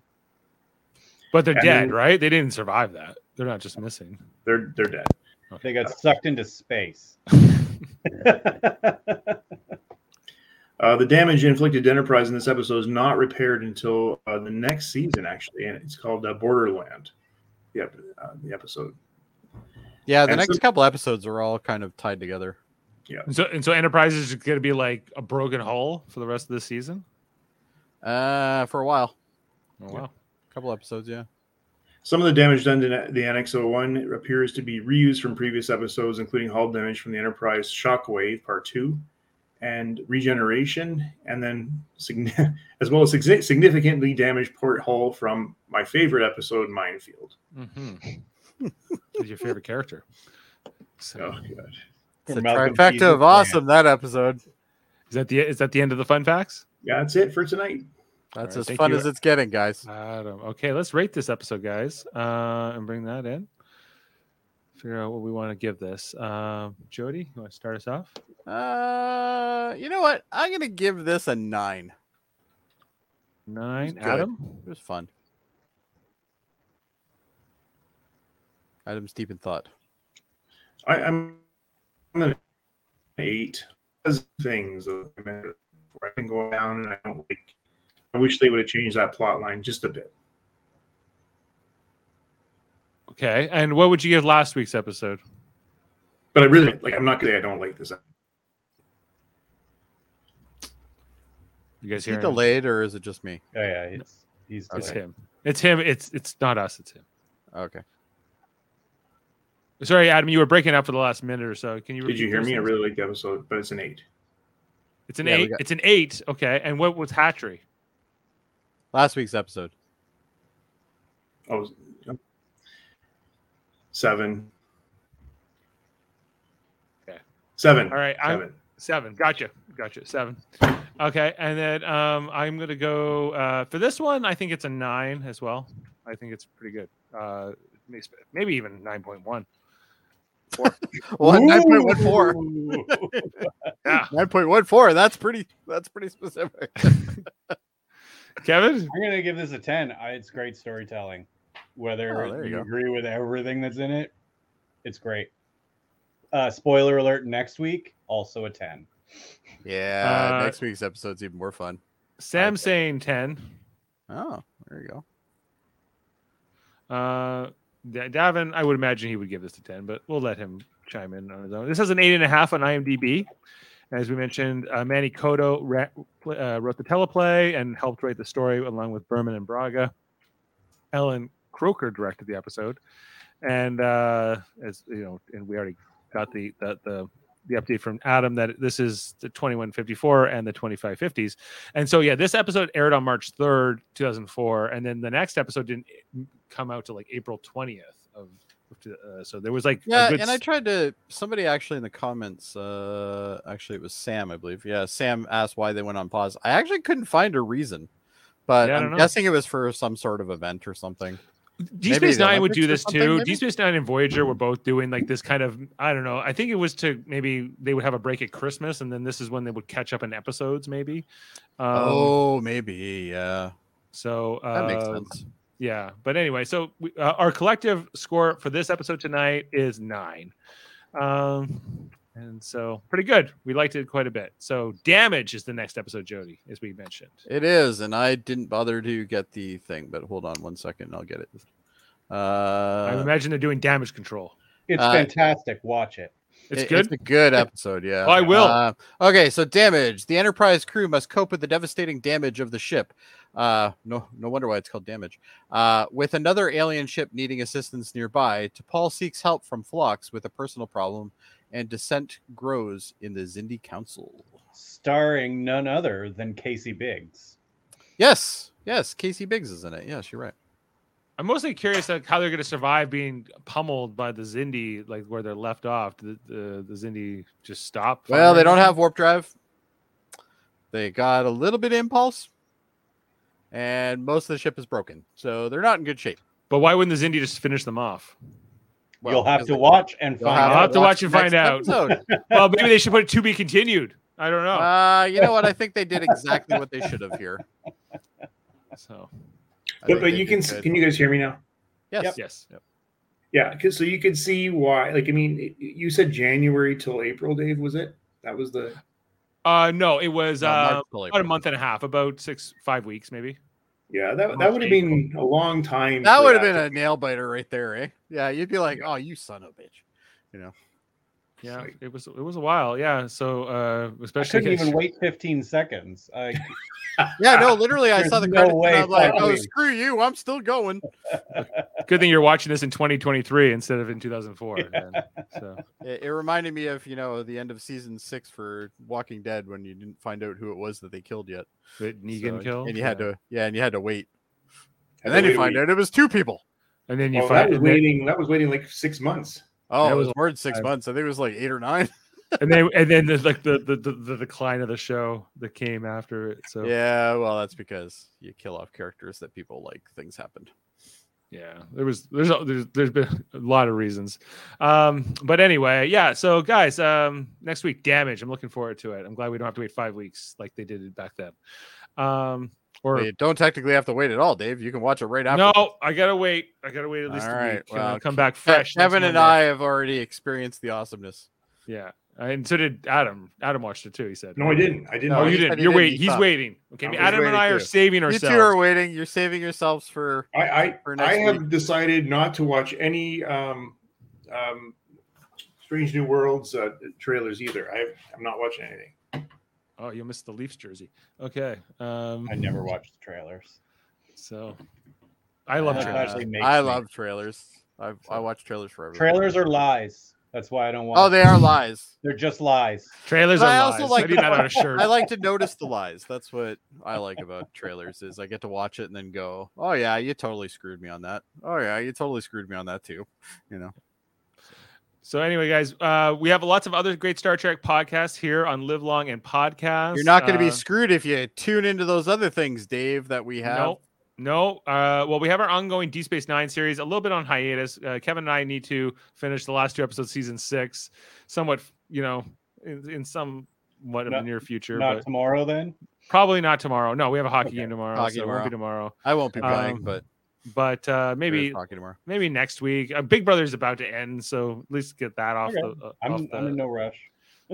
Speaker 4: But they're
Speaker 3: And
Speaker 4: dead,
Speaker 3: then-
Speaker 4: right? They didn't survive that. They're not just missing.
Speaker 3: They're they're dead.
Speaker 2: They got sucked into space.
Speaker 3: Uh, the damage inflicted to Enterprise in this episode is not repaired until uh, the next season, actually, and it's called uh, Borderland. Yep, uh, the episode.
Speaker 1: Yeah, the
Speaker 3: And
Speaker 1: next
Speaker 3: so-
Speaker 1: couple episodes are all kind of tied together.
Speaker 4: And so and so Enterprise is going to be like a broken hull for the rest of the season.
Speaker 1: Uh, for a while,
Speaker 4: Oh wow.
Speaker 1: couple episodes. Yeah.
Speaker 3: Some of the damage done to the Annex 01 appears to be reused from previous episodes, including hull damage from the Enterprise Shockwave Part 2 and regeneration, and then sign- [laughs] as well as sig- significantly damaged port hull from my favorite episode, Minefield.
Speaker 4: Mm-hmm.
Speaker 3: [laughs]
Speaker 4: Who's your favorite character? So
Speaker 3: Oh, God.
Speaker 1: It's
Speaker 2: For
Speaker 1: a
Speaker 2: Malcolm
Speaker 1: trifecta
Speaker 2: Keaton.
Speaker 1: of awesome that episode.
Speaker 4: is that the is that the end of the fun facts?
Speaker 3: Yeah, that's it for tonight.
Speaker 1: That's
Speaker 4: right,
Speaker 1: as
Speaker 4: thank
Speaker 1: fun
Speaker 4: you.
Speaker 1: as it's getting, guys.
Speaker 4: Adam. Okay, let's rate this episode, guys, uh, and bring that in. Figure out what we want to give this. Um, Jody, you want to start us off?
Speaker 1: Uh, you know what? I'm gonna give this a nine.
Speaker 4: Nine.
Speaker 1: good.
Speaker 4: Adam.
Speaker 1: It was fun. Adam's deep in thought.
Speaker 3: I, I'm an eight. There's Things that I remember before. I can go down, and I don't like. I wish they would have changed that plot line just a bit.
Speaker 4: Okay, and what would you give last week's episode?
Speaker 3: But I really like. I'm not gonna say I don't like this.
Speaker 4: You guys
Speaker 1: Is he
Speaker 4: hear?
Speaker 1: delayed or is it just me?
Speaker 2: Oh yeah, it's he's
Speaker 4: It's
Speaker 2: delayed.
Speaker 4: him. It's him. It's it's not us. It's him.
Speaker 1: Okay.
Speaker 4: Sorry, Adam. You were breaking up for the last minute or so. Can you?
Speaker 3: Did you
Speaker 4: repeat
Speaker 3: hear
Speaker 4: those
Speaker 3: me? I
Speaker 4: things?
Speaker 3: really like the episode, but it's an eight.
Speaker 4: It's an
Speaker 1: Yeah, we
Speaker 4: eight.
Speaker 1: got-
Speaker 4: It's an eight. Okay, and what was Hatchery?
Speaker 1: Last week's episode.
Speaker 3: Oh, seven.
Speaker 4: Okay.
Speaker 3: Seven.
Speaker 4: All right, I'm-
Speaker 3: Seven.
Speaker 4: Seven. Gotcha. Gotcha. Seven. Okay. And then um, I'm going to go uh, for this one. I think it's a nine as well. I think it's pretty good. Uh, may- maybe even 9.1.
Speaker 1: Well, nine point one
Speaker 2: [laughs]
Speaker 1: four.
Speaker 2: Ooh.
Speaker 4: Yeah.
Speaker 1: Nine point one four. That's pretty. That's pretty specific.
Speaker 4: Kevin?
Speaker 2: I'm gonna give this a ten. I, it's great storytelling. Whether
Speaker 1: Oh, there you
Speaker 2: you,
Speaker 1: go.
Speaker 2: agree with everything that's in it, it's great. Uh, spoiler alert: next week, also a ten.
Speaker 1: Yeah,
Speaker 4: Uh,
Speaker 1: next week's episode's even more fun.
Speaker 4: Sam saying 10.
Speaker 1: Oh, there you go.
Speaker 4: Uh, Da- Davin, I would imagine he would give this a 10, but we'll let him chime in on his own. This has an 8.5 on IMDb. As we mentioned, uh, Manny Cotto ra- pl- uh, wrote the teleplay and helped write the story along with Berman and Braga. Ellen Croker directed the episode. And uh, as you know, and we already got the, the, the, the update from Adam that this is the 2154 and the 2550s. And so, yeah, this episode aired on March 3rd, 2004. And then the next episode didn't mm, come out to like April 20th of uh, so there was like a
Speaker 1: Yeah,
Speaker 4: good
Speaker 1: and I
Speaker 4: s-
Speaker 1: tried to. Somebody actually in the comments, uh, actually it was Sam, I believe. Yeah, Sam asked why they went on pause. I actually couldn't find a reason, but
Speaker 4: Yeah, I don't
Speaker 1: I'm
Speaker 4: know.
Speaker 1: guessing it was for some sort of event or something.
Speaker 4: Deep
Speaker 1: maybe
Speaker 4: Space
Speaker 1: the
Speaker 4: Nine would do
Speaker 1: Olympics
Speaker 4: this
Speaker 1: or
Speaker 4: too.
Speaker 1: something, maybe?
Speaker 4: Deep Space Nine and Voyager were both doing like this kind of I don't know. I think it was to maybe they would have a break at Christmas and then this is when they would catch up in episodes maybe. Um,
Speaker 1: oh, maybe. Yeah,
Speaker 4: so uh,
Speaker 1: that makes sense.
Speaker 4: Yeah, but anyway, so we, uh, our collective score for this episode tonight is nine, um, and so pretty good. We liked it quite a bit. So damage is the next episode, Jody, as we mentioned.
Speaker 1: It is, and I didn't bother to get the thing, but hold on one second, and I'll get it.
Speaker 4: I
Speaker 1: Uh,
Speaker 4: imagine they're doing damage control.
Speaker 2: It's
Speaker 1: Uh,
Speaker 2: fantastic. Watch it.
Speaker 4: It's
Speaker 1: It-
Speaker 4: good.
Speaker 1: It's a good episode, yeah.
Speaker 4: I will.
Speaker 1: Uh, okay, so damage. The Enterprise crew must cope with the devastating damage of the ship. Uh, no, no wonder why it's called damage. Uh, with another alien ship needing assistance nearby, T'Pol seeks help from Phlox with a personal problem, and dissent grows in the Zindi Council.
Speaker 2: Starring none other than Casey Biggs.
Speaker 1: Yes, yes, Casey Biggs is in it. Yes, you're right.
Speaker 4: I'm mostly curious at how they're going to survive being pummeled by the Zindi, like where they're left off. The the, the Zindi just stop.
Speaker 1: Well, they
Speaker 4: firing?
Speaker 1: don't have warp drive. They got a little bit of impulse, and most of the ship is broken, so they're not in good shape.
Speaker 4: But why wouldn't the Zindi just finish them off?
Speaker 1: Well,
Speaker 2: You'll have
Speaker 1: because
Speaker 2: to
Speaker 1: they-
Speaker 2: watch and
Speaker 1: You'll
Speaker 2: find
Speaker 4: have- I'll
Speaker 2: out.
Speaker 4: to watch and
Speaker 1: the
Speaker 4: find
Speaker 1: next [laughs]
Speaker 4: out.
Speaker 1: episode.
Speaker 4: Well, maybe they should put it to be continued. I don't know.
Speaker 1: uh, you know what? I think they did exactly what they should have here. I
Speaker 4: so
Speaker 3: But,
Speaker 1: think
Speaker 3: but
Speaker 1: they
Speaker 3: you
Speaker 1: did
Speaker 3: can
Speaker 1: good.
Speaker 3: can you guys hear me now?
Speaker 1: yes,
Speaker 4: yes, yep.
Speaker 3: Yeah, 'cause- so you could see why. Like, I mean, it- you said January till April, Dave. Was it? That was the
Speaker 4: Uh, no, it was
Speaker 1: No,
Speaker 4: uh,
Speaker 1: March till
Speaker 4: about a
Speaker 1: April.
Speaker 4: month and a half, about six, five weeks maybe.
Speaker 3: yeah. That
Speaker 4: March,
Speaker 3: that would have been a long time.
Speaker 1: That
Speaker 3: for
Speaker 1: would have been
Speaker 3: to-
Speaker 1: a nail biter right there, eh? Yeah, you'd be like, "Oh, you son of a bitch."
Speaker 4: Yeah,
Speaker 3: Sweet.
Speaker 4: it was it was a while. Yeah, so uh,
Speaker 2: I
Speaker 4: especially
Speaker 2: couldn't even
Speaker 4: against-
Speaker 2: wait 15 seconds. I,
Speaker 1: Yeah, Ah,
Speaker 3: [laughs]
Speaker 1: no, literally, I
Speaker 2: There's
Speaker 1: saw the
Speaker 2: no
Speaker 1: credits
Speaker 2: way
Speaker 1: and I'm like,
Speaker 2: five
Speaker 1: "Oh,
Speaker 2: weeks.
Speaker 1: screw you, I'm still going."
Speaker 4: good thing you're watching this in 2023 instead of in 2004.
Speaker 1: [laughs]
Speaker 4: then. So
Speaker 1: It, it reminded me of you know the end of season six for Walking Dead when you didn't find out who it was that they killed yet.
Speaker 4: that Negan
Speaker 1: So-
Speaker 4: killed,
Speaker 1: and you had
Speaker 4: yeah.
Speaker 1: to yeah, and you had to wait, and
Speaker 3: had to
Speaker 1: then you
Speaker 3: wait a
Speaker 1: find
Speaker 3: week.
Speaker 1: out it was two people.
Speaker 4: and then you
Speaker 3: Oh, that
Speaker 4: find
Speaker 3: was
Speaker 4: and then-
Speaker 3: waiting. That was waiting like six months.
Speaker 1: Oh,
Speaker 4: That
Speaker 1: it
Speaker 4: was
Speaker 1: was more than six
Speaker 4: five.
Speaker 1: months. I think it was like eight or nine.
Speaker 4: and then and then there's like the the, the the decline of the show that came after it. So
Speaker 1: Yeah, well, that's because you kill off characters that people like. Things happened.
Speaker 4: yeah, there was there's a- there's there's been a lot of reasons. Um, but anyway, yeah. So guys, um, next week, damage. I'm looking forward to it. I'm glad we don't have to wait five weeks like they did back then. Um, or
Speaker 1: Well, you don't technically have to wait at all, Dave. You can watch it right after.
Speaker 4: no, I gotta wait. I gotta wait at least
Speaker 1: All
Speaker 4: a
Speaker 1: right,
Speaker 4: week. and I'll
Speaker 1: well,
Speaker 4: come back
Speaker 1: Ke-
Speaker 4: fresh. next
Speaker 1: Kevin and
Speaker 4: Monday.
Speaker 1: I have already experienced the awesomeness.
Speaker 4: Yeah, and so did Adam. Adam watched it too. He said.
Speaker 3: No, I didn't. I didn't.
Speaker 1: No,
Speaker 4: Oh,
Speaker 3: I
Speaker 4: you
Speaker 1: he
Speaker 3: just-
Speaker 1: said
Speaker 4: didn't.
Speaker 1: he
Speaker 4: You're
Speaker 1: didn't.
Speaker 4: waiting.
Speaker 1: He
Speaker 4: He's
Speaker 1: thought-
Speaker 4: waiting. Okay,
Speaker 1: I was
Speaker 4: Adam and
Speaker 1: waiting
Speaker 4: I are
Speaker 1: too.
Speaker 4: saving
Speaker 1: You two are
Speaker 4: ourselves.
Speaker 1: waiting. You're saving yourselves for.
Speaker 3: I I,
Speaker 1: For
Speaker 3: I
Speaker 1: next
Speaker 3: have decided not to watch any um, um, Strange New Worlds uh, trailers either. I I'm not watching anything.
Speaker 4: Oh, you missed the Leafs jersey. Okay. Um,
Speaker 2: I never watched the trailers.
Speaker 4: so I love
Speaker 1: Uh,
Speaker 2: That
Speaker 4: trailers.
Speaker 2: actually makes
Speaker 1: I
Speaker 2: me-
Speaker 1: love trailers. I've, I watch trailers for everything.
Speaker 2: trailers are lies. That's why I don't watch.
Speaker 1: Oh, they are lies.
Speaker 2: They're just lies.
Speaker 4: Trailers
Speaker 1: But
Speaker 4: are
Speaker 1: I also
Speaker 4: lies.
Speaker 1: like
Speaker 4: I need
Speaker 1: the
Speaker 4: that on a
Speaker 1: [laughs]
Speaker 4: shirt.
Speaker 1: I like to notice the lies. That's what I like about trailers is I get to watch it and then go, "Oh yeah, you totally screwed me on that." "Oh yeah, you totally screwed me on that too." You know.
Speaker 4: So anyway, guys, uh, we have lots of other great Star Trek podcasts here on Live Long and Podcast.
Speaker 1: You're not going to
Speaker 4: Uh,
Speaker 1: be screwed if you tune into those other things, Dave, that we have.
Speaker 4: No, no. Uh, well, we have our ongoing D Space Nine series, a little bit on hiatus. Uh, Kevin and I need to finish the last two episodes, of season six, somewhat, you know, in, in somewhat of the
Speaker 2: Not-
Speaker 4: near future,
Speaker 2: Not
Speaker 4: but
Speaker 2: tomorrow, then.
Speaker 4: Probably not tomorrow. No, we have a hockey
Speaker 1: Okay.
Speaker 4: game tomorrow,
Speaker 1: Hockey
Speaker 4: so it won't be tomorrow.
Speaker 1: I won't be playing,
Speaker 4: Um,
Speaker 1: but
Speaker 4: But uh,
Speaker 1: maybe
Speaker 4: maybe
Speaker 1: hockey tomorrow.
Speaker 4: maybe next week. Uh, Big Brother's about to end, so at least get that off
Speaker 2: Okay.
Speaker 4: the. Uh,
Speaker 2: I'm,
Speaker 4: off the
Speaker 2: I'm in [laughs] no rush.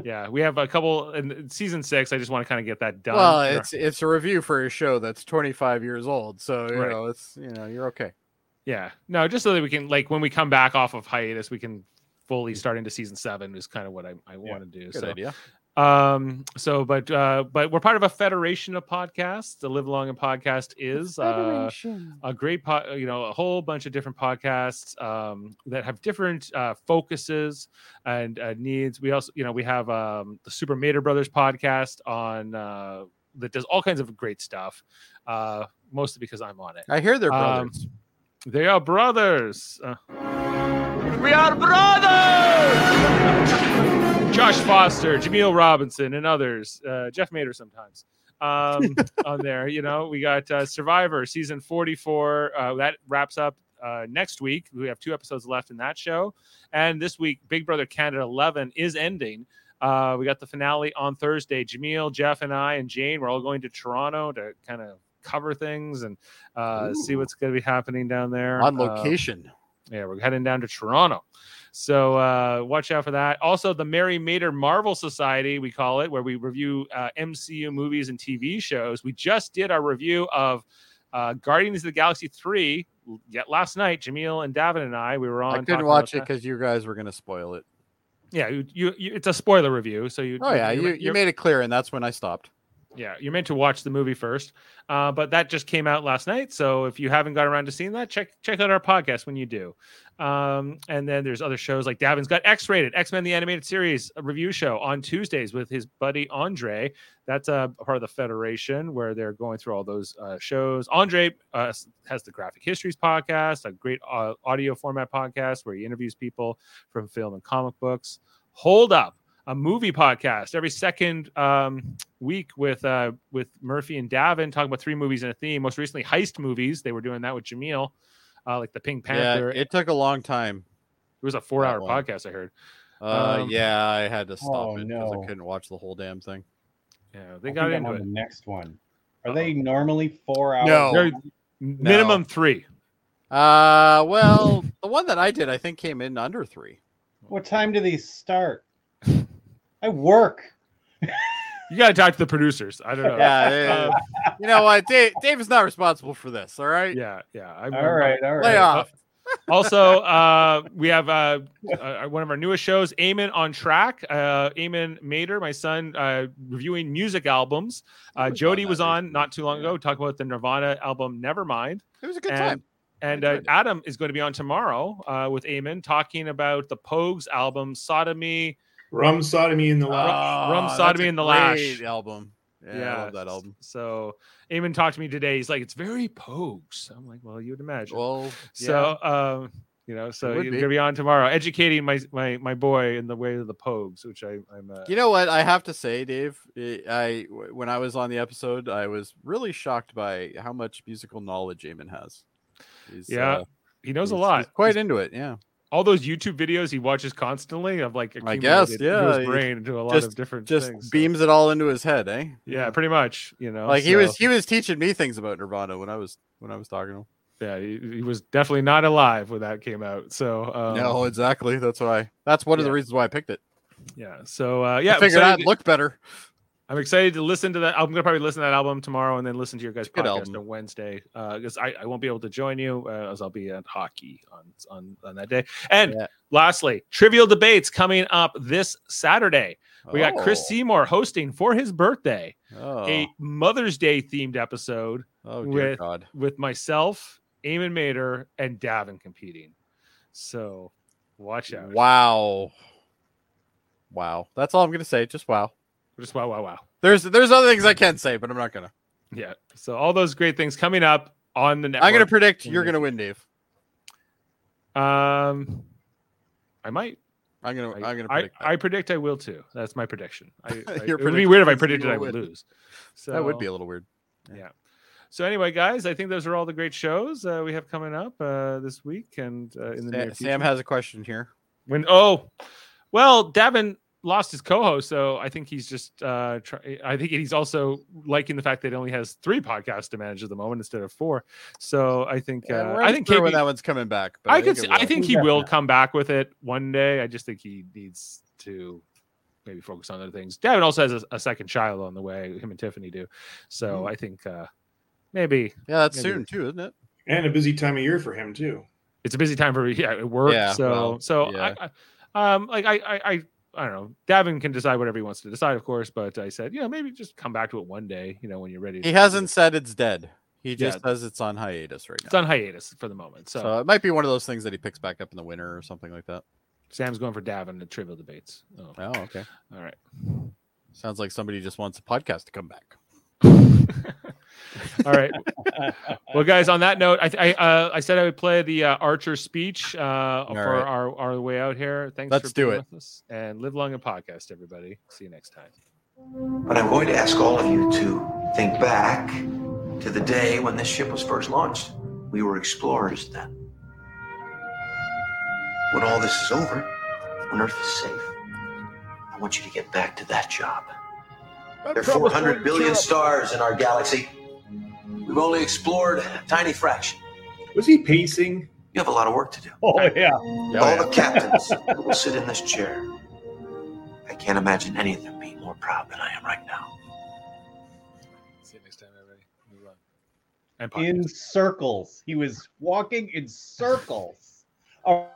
Speaker 4: yeah, we have a couple in season six. I just want to kind of get that done.
Speaker 1: Well,
Speaker 4: in our-
Speaker 1: it's it's a review for a show that's 25 years old, so you
Speaker 4: Right.
Speaker 1: know it's you know you're okay.
Speaker 4: Yeah. No, just so that we can like when we come back off of hiatus, we can fully
Speaker 2: Mm.
Speaker 4: start into season seven is kind of what I, I want to do.
Speaker 1: Good
Speaker 4: so
Speaker 1: idea.
Speaker 4: um so but uh but we're part of a federation of podcasts. The Live Long and Podcast is uh a great po- you know a whole bunch of different podcasts um, that have different uh, focuses and uh, needs we also you know we have um, the super mater brothers podcast on uh, that does all kinds of great stuff uh, mostly because i'm on it
Speaker 1: I hear they're
Speaker 4: Um,
Speaker 1: brothers.
Speaker 4: they are brothers uh,
Speaker 8: We are brothers!
Speaker 4: josh foster jameel robinson and others uh, jeff mater sometimes
Speaker 1: [laughs]
Speaker 4: um, on there you know we got uh, survivor season 44 uh, that wraps up uh, next week we have two episodes left in that show and this week big brother canada 11 is ending uh, we got the finale on thursday jameel jeff and i and jane we're all going to toronto to kind of cover things and uh, see what's going to be happening down there
Speaker 1: on
Speaker 4: Uh,
Speaker 1: location.
Speaker 4: yeah, we're heading down to Toronto. So uh, watch out for that. Also, the Mary Mater Marvel Society, we call it, where we review uh, MCU movies and TV shows. We just did our review of uh, Guardians of the Galaxy 3 yet last night. Jameel and Davin and I, we were
Speaker 1: I
Speaker 4: on. talking
Speaker 1: couldn't watch it
Speaker 4: about that.
Speaker 1: because you guys were going to spoil it.
Speaker 4: Yeah, you, you, you, it's a spoiler review. So you.
Speaker 1: Oh yeah,
Speaker 4: you're-
Speaker 1: you,
Speaker 4: you're-
Speaker 1: you made it clear, and that's when I stopped.
Speaker 4: yeah, you're meant to watch the movie first, uh, but that just came out last night. So if you haven't got around to seeing that, check check out our podcast when you do. Um, and then there's other shows like Davin's got X rated X Men the animated series a review show on Tuesdays with his buddy Andre. That's uh, a part of the Federation where they're going through all those uh, shows. Andre uh, has the Graphic Histories podcast, a great uh, audio format podcast where he interviews people from film and comic books. Hold up. A movie podcast every second um, week with uh with Murphy and Davin talking about three movies and a theme. Most recently, heist movies. They were doing that with Jameel, uh, like the Pink Panther.
Speaker 1: Yeah,
Speaker 4: it,
Speaker 1: it took a long time.
Speaker 4: was a four hour
Speaker 1: that one.
Speaker 4: podcast. I heard.
Speaker 1: Uh,
Speaker 4: Um,
Speaker 1: yeah, I had to stop
Speaker 2: oh,
Speaker 1: it because
Speaker 2: no.
Speaker 1: I couldn't watch the whole damn thing.
Speaker 4: Yeah, they
Speaker 2: I
Speaker 4: got
Speaker 2: think I'm
Speaker 4: into
Speaker 2: on
Speaker 4: it.
Speaker 2: the next one. Are they normally four hours?
Speaker 1: No.
Speaker 4: They're- Minimum three.
Speaker 1: Uh, well, the one that I did, I think, came in under three.
Speaker 2: What time do these start? I work.
Speaker 4: You got to talk to the producers. I don't [laughs] know.
Speaker 1: Yeah, yeah,
Speaker 4: Uh,
Speaker 1: yeah. you know what? Dave, Dave is not responsible for this. All right,
Speaker 4: yeah, Uh, yeah. I'm,
Speaker 2: All right, [laughs] all
Speaker 1: lay
Speaker 2: right.
Speaker 1: off.
Speaker 4: also, uh, we have uh, uh, one of our newest shows, Amen on Track. Uh, Eamon Mater, my son, uh, reviewing music albums.
Speaker 1: He
Speaker 4: Uh,
Speaker 1: was on
Speaker 4: Jody
Speaker 1: that
Speaker 4: was on
Speaker 1: recently,
Speaker 4: not too long
Speaker 1: yeah.
Speaker 4: ago, talking about the Nirvana album Nevermind.
Speaker 1: It was a good
Speaker 4: And-
Speaker 1: time.
Speaker 4: And
Speaker 1: I
Speaker 4: uh,
Speaker 1: enjoyed it.
Speaker 4: Adam is going to be on tomorrow uh, with Eamon talking about the Pogues album Sodomy.
Speaker 3: Rum sodomy in the lab.
Speaker 4: Rum
Speaker 1: Oh, that's
Speaker 4: Sodomy
Speaker 1: a
Speaker 4: and the Lash.
Speaker 1: great album. Yeah, I love that album.
Speaker 4: So Eamon talked to me today. He's like, it's very Pogues. I'm like, well, you would imagine.
Speaker 1: Well, yeah.
Speaker 4: So um, you know, so
Speaker 1: would
Speaker 4: you're
Speaker 1: be.
Speaker 4: gonna be on tomorrow, educating my my my boy in the way of the Pogues, which I, I'm. Uh,
Speaker 1: you know what I have to say, Dave. I I- when I was on the episode, I was really shocked by how much musical knowledge Eamon has. He's,
Speaker 4: Yeah,
Speaker 1: uh,
Speaker 4: he knows a
Speaker 1: he's-
Speaker 4: lot.
Speaker 1: He's quite into it. Yeah,
Speaker 4: All those YouTube videos he watches constantly of like
Speaker 1: I guess,
Speaker 4: accumulated into
Speaker 1: yeah, he
Speaker 4: his brain into a lot of different
Speaker 1: just
Speaker 4: things. so-
Speaker 1: beams it all into his head, eh?
Speaker 4: Yeah, pretty much. You know,
Speaker 1: like he was
Speaker 4: so-
Speaker 1: he was teaching me things about Nirvana when I was when I was talking to him.
Speaker 4: Yeah, he, he was definitely not alive when that came out. So um,
Speaker 1: no, exactly. That's why. That's one of the
Speaker 4: yeah.
Speaker 1: reasons why I picked it.
Speaker 4: Yeah. So uh,
Speaker 1: Yeah,
Speaker 4: yeah,
Speaker 1: I
Speaker 4: I'm
Speaker 1: figured
Speaker 4: excited
Speaker 1: I'd look better.
Speaker 4: I'm excited to listen to that. I'm gonna probably listen to that album tomorrow, and then listen to your guys'
Speaker 1: Good
Speaker 4: podcast
Speaker 1: album.
Speaker 4: on Wednesday because I, I won't be able to join you uh, as I'll be at hockey on on, on that day. And
Speaker 1: Yeah.
Speaker 4: lastly, Trivial Debates coming up this Saturday. We got Chris
Speaker 1: Oh,
Speaker 4: Seymour hosting for his birthday
Speaker 1: Oh,
Speaker 4: a Mother's Day themed episode
Speaker 1: oh dear
Speaker 4: with-
Speaker 1: God.
Speaker 4: with myself, Eamon Mater, and Davin competing. So watch out!
Speaker 1: Wow. Wow. That's all I'm gonna say. Just wow.
Speaker 4: Just wow, wow, wow.
Speaker 1: There's there's other things I can say, but I'm not gonna.
Speaker 4: Yeah. So all those great things coming up on the network.
Speaker 1: I'm gonna predict you're
Speaker 4: Mhm.
Speaker 1: gonna win, Dave.
Speaker 4: Um, I might.
Speaker 1: I'm gonna I,
Speaker 4: I,
Speaker 1: am going to
Speaker 4: I,
Speaker 1: predict.
Speaker 4: I predict I will too. That's my prediction.
Speaker 1: [laughs]
Speaker 4: I, I, it would be
Speaker 1: prediction
Speaker 4: weird if I
Speaker 1: is you
Speaker 4: predicted
Speaker 1: will
Speaker 4: I would
Speaker 1: win.
Speaker 4: lose. So,
Speaker 1: that. that would be a little weird.
Speaker 4: So anyway, guys, I think those are all the great shows uh, we have coming up uh, this week and uh, in
Speaker 1: Sam,
Speaker 4: the near future.
Speaker 1: Sam has a question here.
Speaker 4: when oh, well, Davin, lost his co-host, so I think he's just. Uh, try, I think he's also liking the fact that he only has three podcasts to manage at the moment instead of four. So I think.
Speaker 1: Yeah,
Speaker 4: Uh,
Speaker 1: we're
Speaker 4: I think
Speaker 1: unsure when
Speaker 4: KB
Speaker 1: that one's coming back. But
Speaker 4: I could.
Speaker 1: it
Speaker 4: see-
Speaker 1: will.
Speaker 4: I think he will
Speaker 2: Definitely.
Speaker 4: come back with it one day. I just think he needs to maybe focus on other things. Davin also has a, a second child on the way. Him and Tiffany do. So
Speaker 1: Mm-hmm.
Speaker 4: I think uh, maybe
Speaker 1: Yeah, that's
Speaker 4: Maybe.
Speaker 1: soon too, isn't it?
Speaker 3: and a busy time of year for him too.
Speaker 4: it's a busy time for [laughs] yeah at work.
Speaker 1: Yeah,
Speaker 4: so
Speaker 1: well,
Speaker 4: so
Speaker 1: yeah.
Speaker 4: I, I, um like I I. I I don't know. Davin can decide whatever he wants to decide, of course. But I said, you know, maybe just come back to it one day. You know, when you're ready.
Speaker 1: He
Speaker 4: to-
Speaker 1: hasn't said it's dead. He
Speaker 4: Yeah.
Speaker 1: just says it's on hiatus right
Speaker 4: It's
Speaker 1: now.
Speaker 4: on hiatus for the moment. So,
Speaker 1: So. it might be one of those things that he picks back up in the winter or something like that.
Speaker 4: Sam's going for Davin at trivial debates. Oh,
Speaker 1: Oh, okay.
Speaker 4: all right.
Speaker 1: Sounds like somebody just wants a podcast to come back.
Speaker 4: All right. Well, guys, on that note, I I, uh, I said I would play the uh, Archer speech uh, for
Speaker 1: right.
Speaker 4: our, our way out here. Thanks
Speaker 1: Let's
Speaker 4: for being
Speaker 1: do it.
Speaker 4: with us. And live long and podcast, everybody. See you next time.
Speaker 6: But I'm going to ask all of you to think back to the day when this ship was first launched. We were explorers then. When all this is over, when Earth is safe, I want you to get back to that job. There are 400 billion stars in our galaxy. We've only explored a tiny fraction.
Speaker 3: Was he pacing?
Speaker 6: You have a lot of work to do.
Speaker 2: Oh yeah.
Speaker 6: all the
Speaker 2: [laughs]
Speaker 6: captains that will sit in this chair. I can't imagine any of them being more proud than I am right now.
Speaker 4: See you next time, everybody. Move on. And podcast. [laughs]
Speaker 2: In circles. He was walking in circles. All